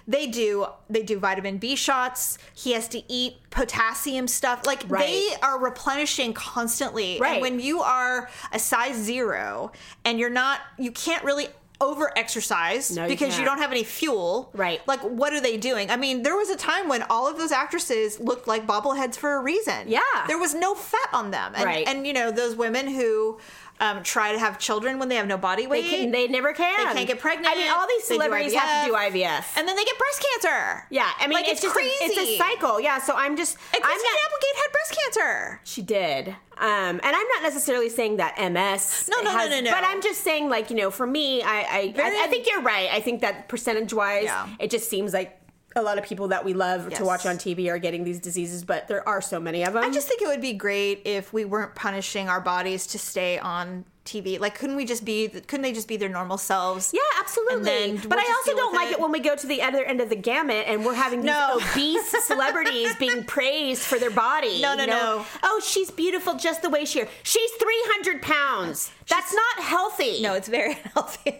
Speaker 3: they do they do vitamin B shots. He has to eat potassium stuff. Like they
Speaker 2: Right.
Speaker 3: are replenishing constantly. And
Speaker 2: Right.
Speaker 3: when you are a size zero and you're not, you can't really over exercise
Speaker 2: No, you
Speaker 3: because you
Speaker 2: can't.
Speaker 3: don't have any fuel.
Speaker 2: Right.
Speaker 3: Like, what are they doing? I mean, there was a time when all of those actresses looked like bobbleheads for a reason.
Speaker 2: Yeah.
Speaker 3: There was no fat on them. And,
Speaker 2: Right.
Speaker 3: And, you know, those women who um, try to have children when they have no body weight.
Speaker 2: They can, they never can.
Speaker 3: They can't get pregnant.
Speaker 2: I mean, all these
Speaker 3: They do
Speaker 2: celebrities have to do
Speaker 3: IVF.
Speaker 2: IVF.
Speaker 3: and then they get breast cancer.
Speaker 2: yeah, I mean,
Speaker 3: Like,
Speaker 2: it's, just a- it's a cycle. Yeah, so I'm just
Speaker 3: And
Speaker 2: I'm
Speaker 3: Christina
Speaker 2: not.
Speaker 3: Applegate had breast cancer.
Speaker 2: She did. Um, and I'm not necessarily saying that MS.
Speaker 3: No, no, no, no, no.
Speaker 2: But I'm just saying, like, you know, for me, I, I,
Speaker 3: Very-
Speaker 2: I, I think you're right. I think that percentage wise,
Speaker 3: Yeah.
Speaker 2: it just seems like a lot of people that we love
Speaker 3: Yes.
Speaker 2: to watch on TV are getting these diseases, but there are so many of them.
Speaker 3: I just think it would be great if we weren't punishing our bodies to stay on TV. Like, couldn't we just be? Couldn't they just be their normal selves?
Speaker 2: yeah, absolutely.
Speaker 3: then we'll
Speaker 2: but I
Speaker 3: just
Speaker 2: also
Speaker 3: deal
Speaker 2: don't
Speaker 3: with
Speaker 2: like
Speaker 3: it.
Speaker 2: it. when we go to the other end of the gamut and we're having these
Speaker 3: No.
Speaker 2: obese celebrities being praised for their body.
Speaker 3: No, no,
Speaker 2: you know?
Speaker 3: no.
Speaker 2: Oh, she's beautiful just the way she is. She's 300 pounds. That's not healthy.
Speaker 3: No, it's very healthy.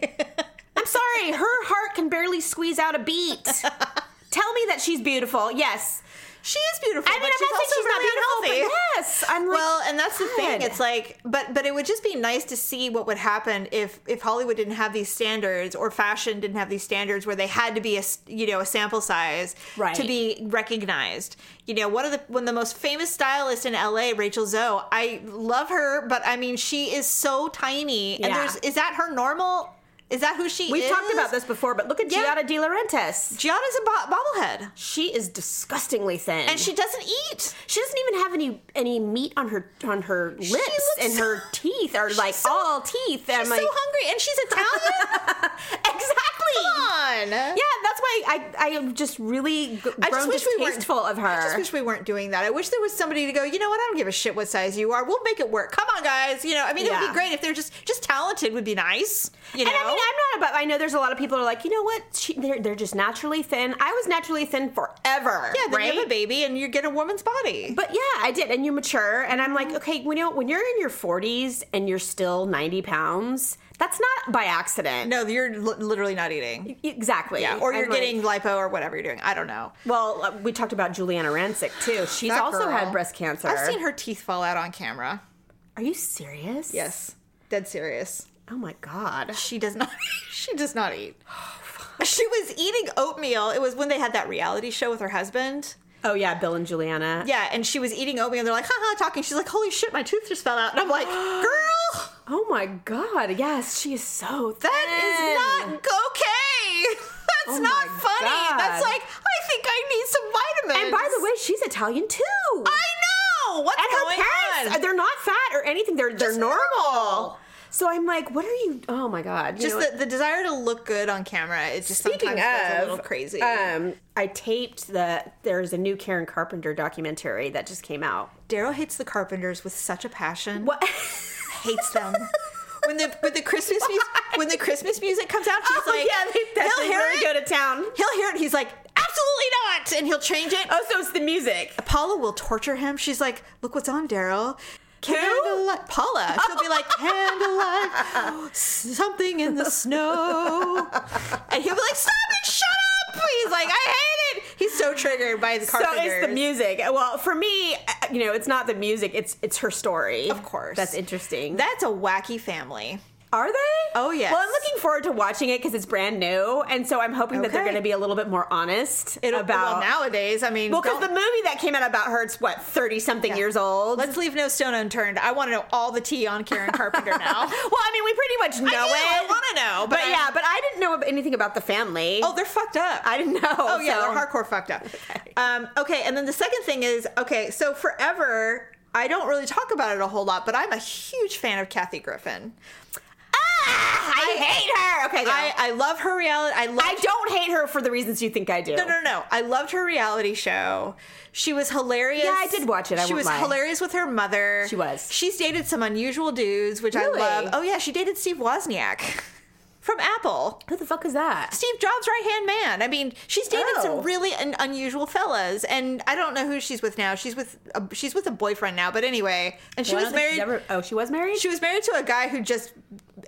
Speaker 2: I'm sorry, her heart can barely squeeze out a beat. Tell me that she's beautiful. Yes.
Speaker 3: she is beautiful.
Speaker 2: I mean,
Speaker 3: but
Speaker 2: I'm
Speaker 3: she's also
Speaker 2: not saying she's not
Speaker 3: really unhealthy.
Speaker 2: beautiful, but yes. I'm like,
Speaker 3: Well, and that's the thing.
Speaker 2: God.
Speaker 3: It's like, but but it would just be nice to see what would happen if if Hollywood didn't have these standards or fashion didn't have these standards where they had to be a s- you know a sample size
Speaker 2: Right.
Speaker 3: to be recognized. You know, one of the one of the most famous stylists in LA, Rachel Zoe. I love her, but I mean, she is so tiny, and
Speaker 2: Yeah.
Speaker 3: there's is that her normal? Is that who she
Speaker 2: we've
Speaker 3: is?
Speaker 2: talked about this before, but look at
Speaker 3: Yeah.
Speaker 2: Giada De Laurentiis.
Speaker 3: Gianna's a bo- bobblehead,
Speaker 2: She is disgustingly thin,
Speaker 3: and she doesn't eat.
Speaker 2: she doesn't even have any any meat on her on her lips,
Speaker 3: looks
Speaker 2: and
Speaker 3: so-
Speaker 2: her teeth are like
Speaker 3: so-
Speaker 2: all teeth.
Speaker 3: She's
Speaker 2: I'm like,
Speaker 3: so hungry, and she's Italian.
Speaker 2: exactly.
Speaker 3: on. fun. Yeah,
Speaker 2: Yeah, that's why I I am just really g- grown
Speaker 3: I just wish we weren't
Speaker 2: distasteful of her.
Speaker 3: I just wish we weren't doing that. I wish there was somebody to go. You know what? I don't give a shit what size you are. We'll make it work. Come on, guys. You know, I mean, it would
Speaker 2: Yeah.
Speaker 3: be great if they're just just talented. Would be nice. You know,
Speaker 2: And I mean, I'm not about. I know there's a lot of people who are like, you know what? She, they're they're just naturally thin. I was naturally thin forever.
Speaker 3: yeah. Then
Speaker 2: right?
Speaker 3: you have a baby and you get a woman's body.
Speaker 2: But yeah, I did, and you mature, and I'm
Speaker 3: Mm-hmm.
Speaker 2: like, okay, you know, when you're in your 40s and you're still 90 pounds, that's not by accident.
Speaker 3: no, you're li- literally not eating.
Speaker 2: exactly.
Speaker 3: Yeah, or you're
Speaker 2: And, like,
Speaker 3: getting lipo or whatever you're doing. I don't know.
Speaker 2: Well, uh, we talked about Juliana Rancic too. She's
Speaker 3: That
Speaker 2: also
Speaker 3: girl.
Speaker 2: had breast cancer.
Speaker 3: I've seen her teeth fall out on camera.
Speaker 2: Are you serious?
Speaker 3: Yes, dead serious.
Speaker 2: Oh my god.
Speaker 3: She does not. She does not eat. She was eating oatmeal. It was when they had that reality show with her husband.
Speaker 2: Oh yeah, Bill and Juliana.
Speaker 3: Yeah, and she was eating oatmeal. They're like, haha, talking. She's like, holy shit, my tooth just fell out. And I'm like, girl,
Speaker 2: Oh my god. Yes, she is so thin.
Speaker 3: that is not okay. That's
Speaker 2: Oh
Speaker 3: not
Speaker 2: my
Speaker 3: funny. That's
Speaker 2: God.
Speaker 3: like, I think I need some
Speaker 2: And
Speaker 3: vitamins.
Speaker 2: by the way, she's Italian too.
Speaker 3: I know what's
Speaker 2: and her
Speaker 3: going
Speaker 2: parents,
Speaker 3: on.
Speaker 2: they're not fat or anything. They're they're
Speaker 3: Just
Speaker 2: normal.
Speaker 3: normal.
Speaker 2: So I'm like, what are you? Oh my god. You
Speaker 3: Just
Speaker 2: know,
Speaker 3: the, the desire to look good on camera. It just
Speaker 2: Speaking
Speaker 3: sometimes goes
Speaker 2: of
Speaker 3: a little crazy.
Speaker 2: Um, I taped the. There's a new Karen Carpenter documentary that just came out.
Speaker 3: Daryl hates the Carpenters with such a passion.
Speaker 2: What?
Speaker 3: hates them. When the when the Christmas music when the Christmas music comes out, he's
Speaker 2: Oh,
Speaker 3: like,
Speaker 2: yeah, they
Speaker 3: he'll
Speaker 2: definitely
Speaker 3: hear
Speaker 2: really
Speaker 3: it.
Speaker 2: go to town.
Speaker 3: He'll hear it. He's like, absolutely not, and he'll change it.
Speaker 2: Oh, so it's the music.
Speaker 3: Paula will torture him. She's like, look what's on, Daryl. Candlelight, Paula. She'll be like, candlelight, something in the snow, and he'll be like, stop it, shut up. He's like, I hate it. He's so triggered by the
Speaker 2: So
Speaker 3: Carpenters.
Speaker 2: it's the music. Well, for me, uh, you know, it's not the music. It's it's her story.
Speaker 3: Of course.
Speaker 2: that's interesting.
Speaker 3: That's a wacky family.
Speaker 2: Are they?
Speaker 3: Oh, yes.
Speaker 2: Well, I'm looking forward to watching it because it's brand new, and so I'm hoping that they're
Speaker 3: Okay.
Speaker 2: going to be a little bit more honest
Speaker 3: It'll, well,
Speaker 2: about
Speaker 3: nowadays. I mean,
Speaker 2: Well, because
Speaker 3: don't-
Speaker 2: the movie that came out about her, it's what thirty something years old.
Speaker 3: Let's leave no stone unturned. I want to know all the tea on Karen Carpenter now.
Speaker 2: well, I mean, we pretty much know
Speaker 3: do. I
Speaker 2: it.
Speaker 3: wanna know, but I'm-
Speaker 2: yeah, but I didn't know anything about the family.
Speaker 3: oh, they're fucked up.
Speaker 2: I didn't know.
Speaker 3: Oh yeah,
Speaker 2: so-
Speaker 3: they're hardcore fucked up. Um, okay, and then the second thing is okay. So forever, I don't really talk about it a whole lot, but I'm a huge fan of Kathy Griffin.
Speaker 2: Ah, I, hate her. Okay, go.
Speaker 3: I,
Speaker 2: I,
Speaker 3: I love her reality. I love.
Speaker 2: don't hate her for the reasons you think I do.
Speaker 3: No, no, no. I loved her reality show. She was hilarious.
Speaker 2: Yeah, I did watch it, I
Speaker 3: she
Speaker 2: won't
Speaker 3: was
Speaker 2: lie.
Speaker 3: hilarious with her mother.
Speaker 2: She was.
Speaker 3: She's dated some unusual dudes, which
Speaker 2: Really?
Speaker 3: I love. Oh yeah, she dated Steve Wozniak from Apple.
Speaker 2: Who the fuck is that?
Speaker 3: Steve Jobs' right hand man. I mean, she's dated
Speaker 2: Oh.
Speaker 3: some really un- unusual fellas, and I don't know who she's with now. She's with a, she's with a boyfriend now, but anyway, and she
Speaker 2: Well, I
Speaker 3: was
Speaker 2: don't think
Speaker 3: married.
Speaker 2: she's ever- oh, she was married.
Speaker 3: She was married to a guy who just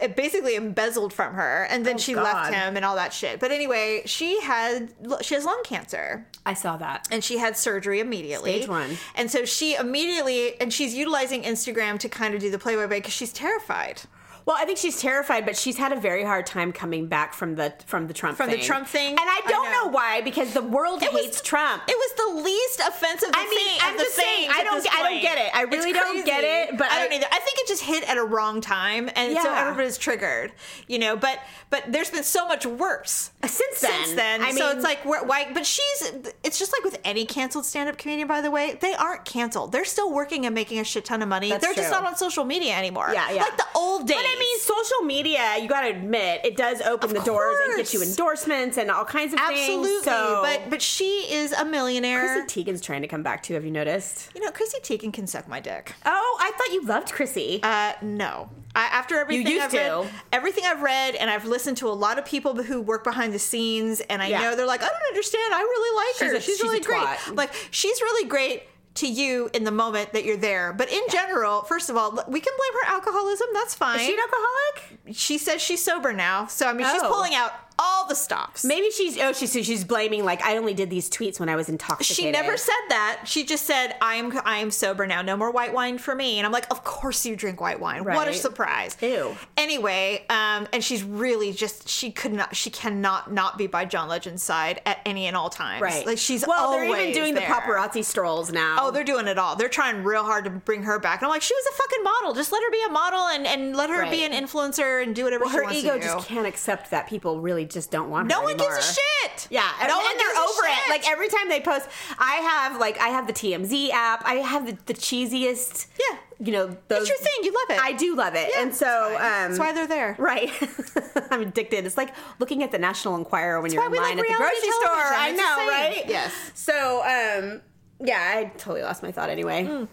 Speaker 3: eh, basically embezzled from her, and then she
Speaker 2: Oh, God.
Speaker 3: left him and all that shit. But anyway, she had she has lung cancer
Speaker 2: I saw that.
Speaker 3: and she had surgery immediately.
Speaker 2: Stage one.
Speaker 3: And so she immediately and she's utilizing Instagram to kind of do the play by play because she's terrified.
Speaker 2: Well, I think she's terrified, but she's had a very hard time coming back from the from the Trump
Speaker 3: From the
Speaker 2: thing.
Speaker 3: Trump thing?
Speaker 2: and I
Speaker 3: I
Speaker 2: don't know.
Speaker 3: know.
Speaker 2: why because the world
Speaker 3: It was-
Speaker 2: hates Trump.
Speaker 3: It was the least offensive.
Speaker 2: I mean,
Speaker 3: thing
Speaker 2: I'm
Speaker 3: of the
Speaker 2: just saying,
Speaker 3: things
Speaker 2: I
Speaker 3: at
Speaker 2: don't
Speaker 3: this
Speaker 2: get- I don't
Speaker 3: point.
Speaker 2: get it. I
Speaker 3: It's
Speaker 2: really don't get
Speaker 3: crazy.
Speaker 2: it, but
Speaker 3: I
Speaker 2: I-
Speaker 3: don't either. I think it just hit at a wrong time, and so
Speaker 2: Yeah.
Speaker 3: everybody's triggered. You know, but but there's been so much worse
Speaker 2: Since then,
Speaker 3: since then.
Speaker 2: I
Speaker 3: so
Speaker 2: mean-
Speaker 3: it's like we're, why? But she's. It's just like with any canceled stand-up comedian. By the way, they aren't canceled. They're still working and making a shit ton of money.
Speaker 2: That's
Speaker 3: They're just
Speaker 2: true.
Speaker 3: not on social media anymore.
Speaker 2: Yeah, yeah.
Speaker 3: Like the old days.
Speaker 2: But I mean, social media, you got to admit, it does open the doors and get you
Speaker 3: course.
Speaker 2: endorsements and all kinds of
Speaker 3: absolutely.
Speaker 2: things. So,
Speaker 3: But but she is a millionaire.
Speaker 2: Chrissy Teigen's trying to come back too. Have you noticed?
Speaker 3: you know, Chrissy Teigen can suck my dick.
Speaker 2: Oh, I thought you loved Chrissy.
Speaker 3: Uh, no. I, after everything
Speaker 2: used
Speaker 3: I've read,
Speaker 2: to.
Speaker 3: everything I've read, and I've listened to a lot of people who work behind the scenes, and I
Speaker 2: Yeah.
Speaker 3: know they're like, I don't understand. I really like
Speaker 2: She's
Speaker 3: her.
Speaker 2: a-
Speaker 3: she's,
Speaker 2: she's a
Speaker 3: really great.
Speaker 2: twat.
Speaker 3: I'm Like she's really great to you in the moment that you're there, but in general, first of all, we can blame her alcoholism. That's fine.
Speaker 2: Is she an alcoholic?
Speaker 3: She says she's sober now, so I mean, she's
Speaker 2: Oh.
Speaker 3: pulling out all the stops.
Speaker 2: Maybe she's oh she's so she's blaming like I only did these tweets when I was intoxicated.
Speaker 3: She never said that. She just said, "I'm I'm sober now. No more white wine for me." And I'm like, "Of course you drink white wine. What a
Speaker 2: Right.
Speaker 3: surprise!"
Speaker 2: Ew.
Speaker 3: Anyway, um, and she's really just she could not she cannot not be by John Legend's side at any and all times.
Speaker 2: right.
Speaker 3: Like she's
Speaker 2: well,
Speaker 3: always
Speaker 2: they're even doing
Speaker 3: there.
Speaker 2: the paparazzi strolls now.
Speaker 3: Oh, they're doing it all. They're trying real hard to bring her back. And I'm like, she was a fucking model. Just let her be a model and, and let her be
Speaker 2: Right.
Speaker 3: an influencer and do whatever she
Speaker 2: her
Speaker 3: wants
Speaker 2: ego
Speaker 3: to do.
Speaker 2: just can't accept that people really just don't want her.
Speaker 3: no one gives a
Speaker 2: anymore.
Speaker 3: shit.
Speaker 2: Yeah, and,
Speaker 3: no
Speaker 2: and they're
Speaker 3: gives a
Speaker 2: over it.
Speaker 3: shit.
Speaker 2: Like every time they post, I have like I have the TMZ app. I have the, the cheesiest
Speaker 3: Yeah.
Speaker 2: you know, those,
Speaker 3: It's your thing. You love it.
Speaker 2: I do love it,
Speaker 3: Yeah,
Speaker 2: and so
Speaker 3: it's fine.
Speaker 2: um,
Speaker 3: that's why they're there.
Speaker 2: Right. I'm addicted. It's like looking at the National Enquirer when you're
Speaker 3: why
Speaker 2: in
Speaker 3: we
Speaker 2: line
Speaker 3: like
Speaker 2: at the
Speaker 3: reality
Speaker 2: grocery store.
Speaker 3: television.
Speaker 2: I
Speaker 3: It's the
Speaker 2: know,
Speaker 3: same.
Speaker 2: right?
Speaker 3: Yes.
Speaker 2: So, um, yeah, I totally lost my thought anyway.
Speaker 3: Mm.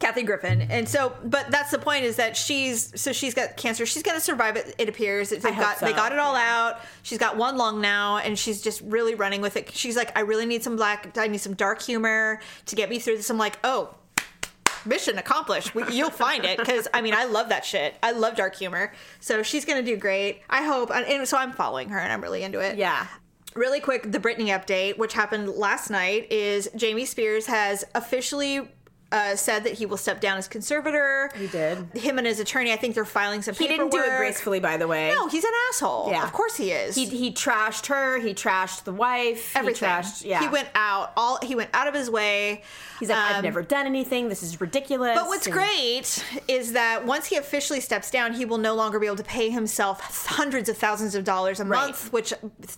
Speaker 3: Kathy Griffin. And so, but that's the point is that she's, so she's got cancer. She's going to survive it, it appears. They've
Speaker 2: I hope
Speaker 3: got, they
Speaker 2: so.
Speaker 3: got it all out. She's got one lung now and she's just really running with it. She's like, I really need some black, I need some dark humor to get me through this. I'm like, oh, mission accomplished. We, you'll find it. Cause I mean, I love that shit. I love dark humor. So she's going to do great. I hope. And, and so I'm following her and I'm really into it.
Speaker 2: Yeah.
Speaker 3: Really quick, the Britney update, which happened last night, is Jamie Spears has officially uh, said that he will step down as conservator. He
Speaker 2: did.
Speaker 3: Him and his attorney, I think they're filing some.
Speaker 2: He didn't do it gracefully, by the way.
Speaker 3: No, he's an asshole.
Speaker 2: Yeah.
Speaker 3: of course he is.
Speaker 2: He, he trashed her. He trashed the wife.
Speaker 3: Everything.
Speaker 2: He trashed, yeah.
Speaker 3: He went out. All he went out of his way.
Speaker 2: He's like, I've
Speaker 3: Um,
Speaker 2: never done anything. This is ridiculous.
Speaker 3: But what's
Speaker 2: And-
Speaker 3: great is that once he officially steps down, he will no longer be able to pay himself hundreds of thousands of dollars a month, which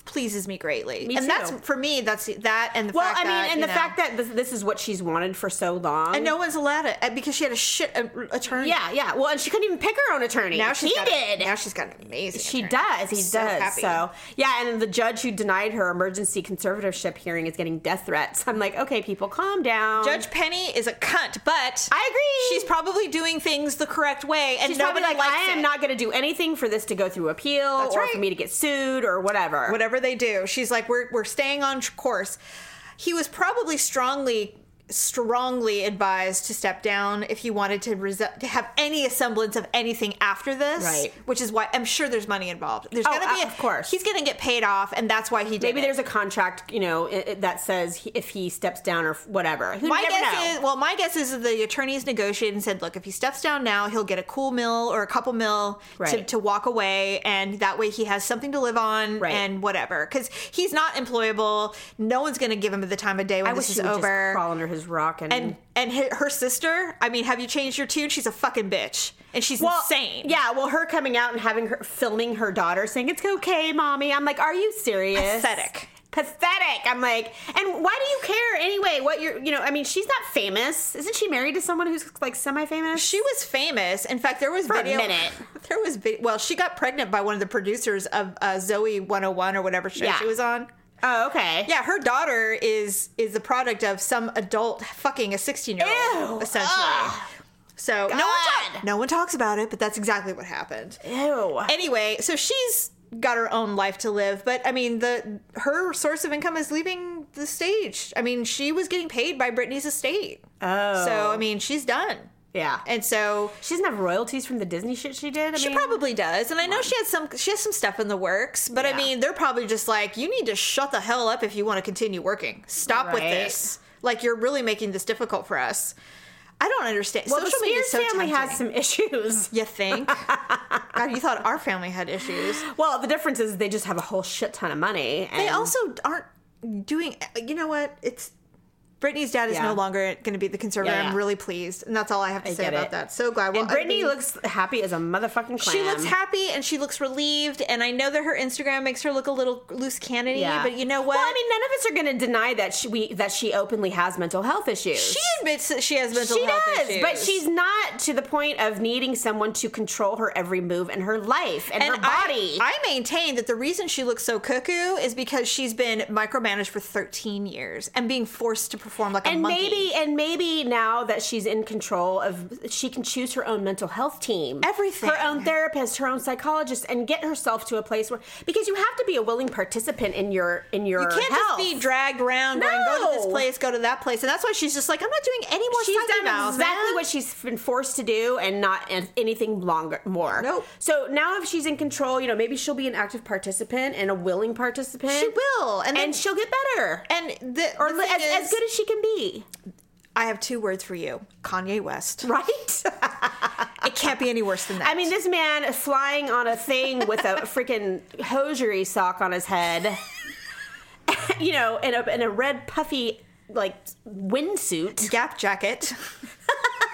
Speaker 3: pleases me greatly.
Speaker 2: Me
Speaker 3: and
Speaker 2: too.
Speaker 3: that's for me. That's that and the
Speaker 2: Well,
Speaker 3: fact
Speaker 2: I mean,
Speaker 3: that,
Speaker 2: and
Speaker 3: you
Speaker 2: the
Speaker 3: know-
Speaker 2: fact that this, this is what she's wanted for so long.
Speaker 3: And no one's allowed it uh, because she had a shit uh, attorney.
Speaker 2: Yeah, yeah. Well, and she couldn't even pick her own attorney.
Speaker 3: Now she's
Speaker 2: he
Speaker 3: got
Speaker 2: did.
Speaker 3: A, now she's got an amazing.
Speaker 2: She
Speaker 3: attorney.
Speaker 2: does. He
Speaker 3: So
Speaker 2: does.
Speaker 3: happy.
Speaker 2: So yeah, and then the judge who denied her emergency conservatorship hearing is getting death threats. I'm like, okay, people, calm down.
Speaker 3: Judge Penny is a cunt, but
Speaker 2: I agree.
Speaker 3: She's probably doing things the correct way, and
Speaker 2: She's probably
Speaker 3: nobody
Speaker 2: like,
Speaker 3: likes
Speaker 2: I am
Speaker 3: it.
Speaker 2: not going to do anything for this to go through appeal
Speaker 3: That's
Speaker 2: or
Speaker 3: right.
Speaker 2: for me to get sued or whatever.
Speaker 3: Whatever they do, she's like, we're we're staying on tr- course. He was probably strongly strongly advised to step down if he wanted to, resi- to have any semblance of anything after this
Speaker 2: Right.
Speaker 3: which is why i'm sure there's money involved there's
Speaker 2: Oh,
Speaker 3: gonna be
Speaker 2: uh, of course.
Speaker 3: he's gonna get paid off and that's why he did
Speaker 2: Maybe
Speaker 3: it.
Speaker 2: there's a contract, you know, i i- that says he, if he steps down or f- whatever. Who
Speaker 3: my
Speaker 2: never
Speaker 3: guess
Speaker 2: know.
Speaker 3: is well my guess is that the attorneys negotiated and said look if he steps down now he'll get a cool mill or a couple mill to,
Speaker 2: Right.
Speaker 3: to walk away and that way he has something to live on
Speaker 2: Right.
Speaker 3: and whatever because he's not employable no one's going to give him the time of day when
Speaker 2: I wish
Speaker 3: this
Speaker 2: she
Speaker 3: is
Speaker 2: would just
Speaker 3: over
Speaker 2: crawl under his rock and.
Speaker 3: and and hi- her sister i mean have you changed your tune she's a fucking bitch and she's
Speaker 2: well,
Speaker 3: insane
Speaker 2: Yeah, well, her coming out and having her filming her daughter saying it's okay, mommy. I'm like, are you serious?
Speaker 3: Pathetic.
Speaker 2: Pathetic. I'm like, and why do you care anyway? What you're, you know, I mean, she's not famous. Isn't she married to someone who's like semi-famous?
Speaker 3: she was famous. In fact, there was
Speaker 2: For a
Speaker 3: video.
Speaker 2: minute.
Speaker 3: There was vi- well, she got pregnant by one of the producers of uh, Zoe 101 or whatever show
Speaker 2: Yeah.
Speaker 3: she was on.
Speaker 2: oh, okay.
Speaker 3: Yeah, her daughter is is the product of some adult fucking a sixteen year
Speaker 2: Ew.
Speaker 3: old essentially.
Speaker 2: Ugh.
Speaker 3: So no one
Speaker 2: God.
Speaker 3: talk, no one talks about it, but that's exactly what happened.
Speaker 2: Ew.
Speaker 3: Anyway, so she's got her own life to live, but I mean the her source of income is leaving the stage. I mean, she was getting paid by Britney's estate.
Speaker 2: Oh.
Speaker 3: So I mean, she's done.
Speaker 2: yeah. And
Speaker 3: And so
Speaker 2: she doesn't have royalties from the Disney shit she did. I
Speaker 3: she
Speaker 2: mean,
Speaker 3: probably does, and I know she had some. She has some stuff in the works, but I
Speaker 2: Yeah.
Speaker 3: mean, they're probably just like, you need to shut the hell up if you want to continue working. Stop with
Speaker 2: Right.
Speaker 3: this. Like, you're really making this difficult for us. I don't understand.
Speaker 2: Well,
Speaker 3: Social
Speaker 2: the
Speaker 3: media
Speaker 2: Spears
Speaker 3: is so
Speaker 2: family
Speaker 3: tempting.
Speaker 2: has some issues.
Speaker 3: You think? God, you thought our family had issues.
Speaker 2: Well, the difference is they just have a whole shit ton of money. And
Speaker 3: They also aren't doing. You know what? It's Brittany's dad is
Speaker 2: Yeah.
Speaker 3: no longer going to be the conservator.
Speaker 2: Yeah,
Speaker 3: I'm
Speaker 2: yeah.
Speaker 3: really pleased, and that's all I have to say
Speaker 2: get
Speaker 3: about
Speaker 2: it.
Speaker 3: that. So glad.
Speaker 2: And
Speaker 3: I
Speaker 2: Brittany
Speaker 3: mean-
Speaker 2: looks happy as a motherfucking clam.
Speaker 3: She looks happy and she looks relieved, and I know that her Instagram makes her look a little loose cannony, but you know what?
Speaker 2: Well, I mean, none of us are going to deny that she we, that she openly has mental health issues.
Speaker 3: she admits that she has mental
Speaker 2: she
Speaker 3: health
Speaker 2: does,
Speaker 3: issues,
Speaker 2: but she's not to the point of needing someone to control her every move and her life and, her
Speaker 3: I-
Speaker 2: body.
Speaker 3: I, maintain that the reason she looks so cuckoo is because she's been micromanaged for 13 years and being forced to perform like a
Speaker 2: and
Speaker 3: monkey.
Speaker 2: maybe and maybe now that she's in control of she can choose her own mental health team
Speaker 3: Everything.
Speaker 2: her own therapist her own psychologist and get herself to a place where because you have to be a willing participant in your in your
Speaker 3: you can't
Speaker 2: health.
Speaker 3: just be dragged around going go to this
Speaker 2: No.
Speaker 3: place, go to that place, and that's why she's just like I'm not doing any more.
Speaker 2: she's
Speaker 3: psyche
Speaker 2: done
Speaker 3: now,
Speaker 2: exactly
Speaker 3: man."
Speaker 2: what she's been forced to do and not an- anything longer more
Speaker 3: Nope.
Speaker 2: so now if she's in control you know maybe she'll be an active participant and a willing participant
Speaker 3: she will, and
Speaker 2: and,
Speaker 3: then,
Speaker 2: she'll get better
Speaker 3: and the
Speaker 2: or
Speaker 3: the
Speaker 2: as,
Speaker 3: thing
Speaker 2: as
Speaker 3: is-
Speaker 2: good as she can be
Speaker 3: I have two words for you, Kanye West.
Speaker 2: right
Speaker 3: It can't be any worse than that.
Speaker 2: I mean, this man flying on a thing with a freaking hosiery sock on his head, you know, in a, in a red puffy like windsuit,
Speaker 3: Gap jacket.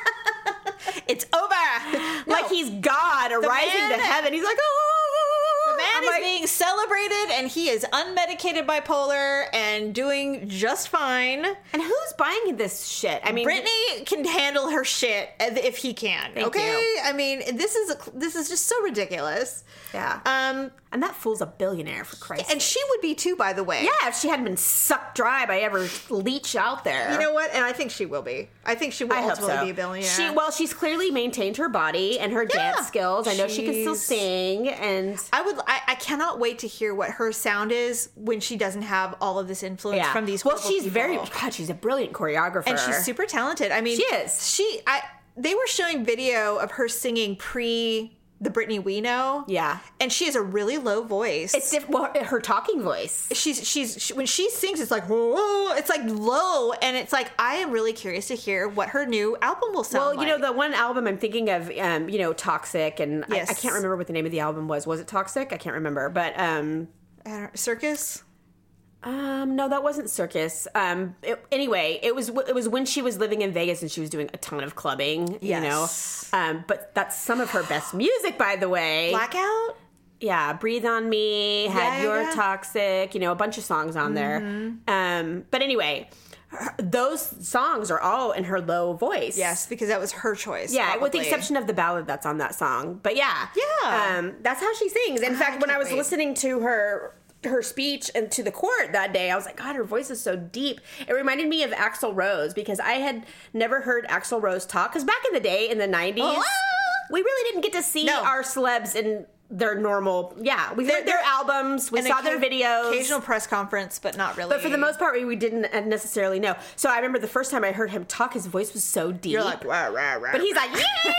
Speaker 3: it's over.
Speaker 2: like he's God arising
Speaker 3: man-
Speaker 2: to heaven. He's like, oh,
Speaker 3: The man
Speaker 2: I'm like-
Speaker 3: being celebrated, and he is unmedicated bipolar and doing just fine.
Speaker 2: And who's buying this shit? I mean,
Speaker 3: Brittany can handle her shit if he can. okay,
Speaker 2: you.
Speaker 3: I mean this is a, this is just so ridiculous.
Speaker 2: Yeah.
Speaker 3: Um,
Speaker 2: and that fool's a billionaire for Christ's
Speaker 3: and she would be too, by the way.
Speaker 2: Yeah, if she hadn't been sucked dry by every leech out there.
Speaker 3: You know what? And I think she will be. I think she will
Speaker 2: I hope
Speaker 3: ultimately
Speaker 2: so.
Speaker 3: be a billionaire.
Speaker 2: She well, she's clearly maintained her body and her
Speaker 3: Yeah.
Speaker 2: dance skills. I know she can still
Speaker 3: She's-
Speaker 2: sing, and
Speaker 3: I would. I, I cannot wait to hear what her sound is when she doesn't have all of this influence
Speaker 2: yeah,
Speaker 3: from these.
Speaker 2: Well,
Speaker 3: horrible
Speaker 2: she's very
Speaker 3: people.
Speaker 2: God. She's a brilliant choreographer,
Speaker 3: and she's super talented. I mean,
Speaker 2: She is.
Speaker 3: She. I. They were showing video of her singing pre the Britney we know.
Speaker 2: Yeah.
Speaker 3: and she has a really low voice.
Speaker 2: It's diff- well, her talking voice.
Speaker 3: she's she's she, when she sings, it's like whoa, it's like low, and it's like I am really curious to hear what her new album will sound.
Speaker 2: Well, Oh, you know
Speaker 3: like.
Speaker 2: the one album I'm thinking of, um, you know, Toxic, and I-
Speaker 3: Yes.
Speaker 2: I, can't remember what the name of the album was. Was it Toxic? I can't remember, but um,
Speaker 3: I don't- circus.
Speaker 2: um, no, that wasn't Circus. Um, it- anyway, it was it was when she was living in Vegas and she was doing a ton of clubbing.
Speaker 3: Yes.
Speaker 2: You know, um, but that's some of her best music, by the way.
Speaker 3: Blackout.
Speaker 2: yeah, "Breathe on Me,"
Speaker 3: Yeah,
Speaker 2: had
Speaker 3: yeah,
Speaker 2: "You're
Speaker 3: yeah. Mm-hmm.
Speaker 2: Toxic," you know, a bunch of songs on there. Um, but anyway, her- those songs are all in her low voice.
Speaker 3: Yes, because that was her choice.
Speaker 2: Yeah, with the
Speaker 3: probably.
Speaker 2: exception of the ballad that's on that song. But yeah.
Speaker 3: Yeah.
Speaker 2: Um, that's how she sings. In fact, when I
Speaker 3: can't
Speaker 2: was
Speaker 3: wait.
Speaker 2: listening to her her speech and to the court that day, I was like, God, her voice is so deep. It reminded me of Axl Rose because I had never heard Axl Rose talk. Because back in the day in the nineties,
Speaker 3: Oh, ah!
Speaker 2: we really didn't get to see
Speaker 3: No.
Speaker 2: our celebs in their normal yeah. We
Speaker 3: They're-
Speaker 2: heard their
Speaker 3: they're-
Speaker 2: albums, we
Speaker 3: And
Speaker 2: saw
Speaker 3: occa-
Speaker 2: their videos.
Speaker 3: Occasional press conference, but not really.
Speaker 2: But for the most part, we, we didn't necessarily know. So I remember the first time I heard him talk, his voice was so deep.
Speaker 3: you're like, rah, rah, rah.
Speaker 2: But he's like, yeah!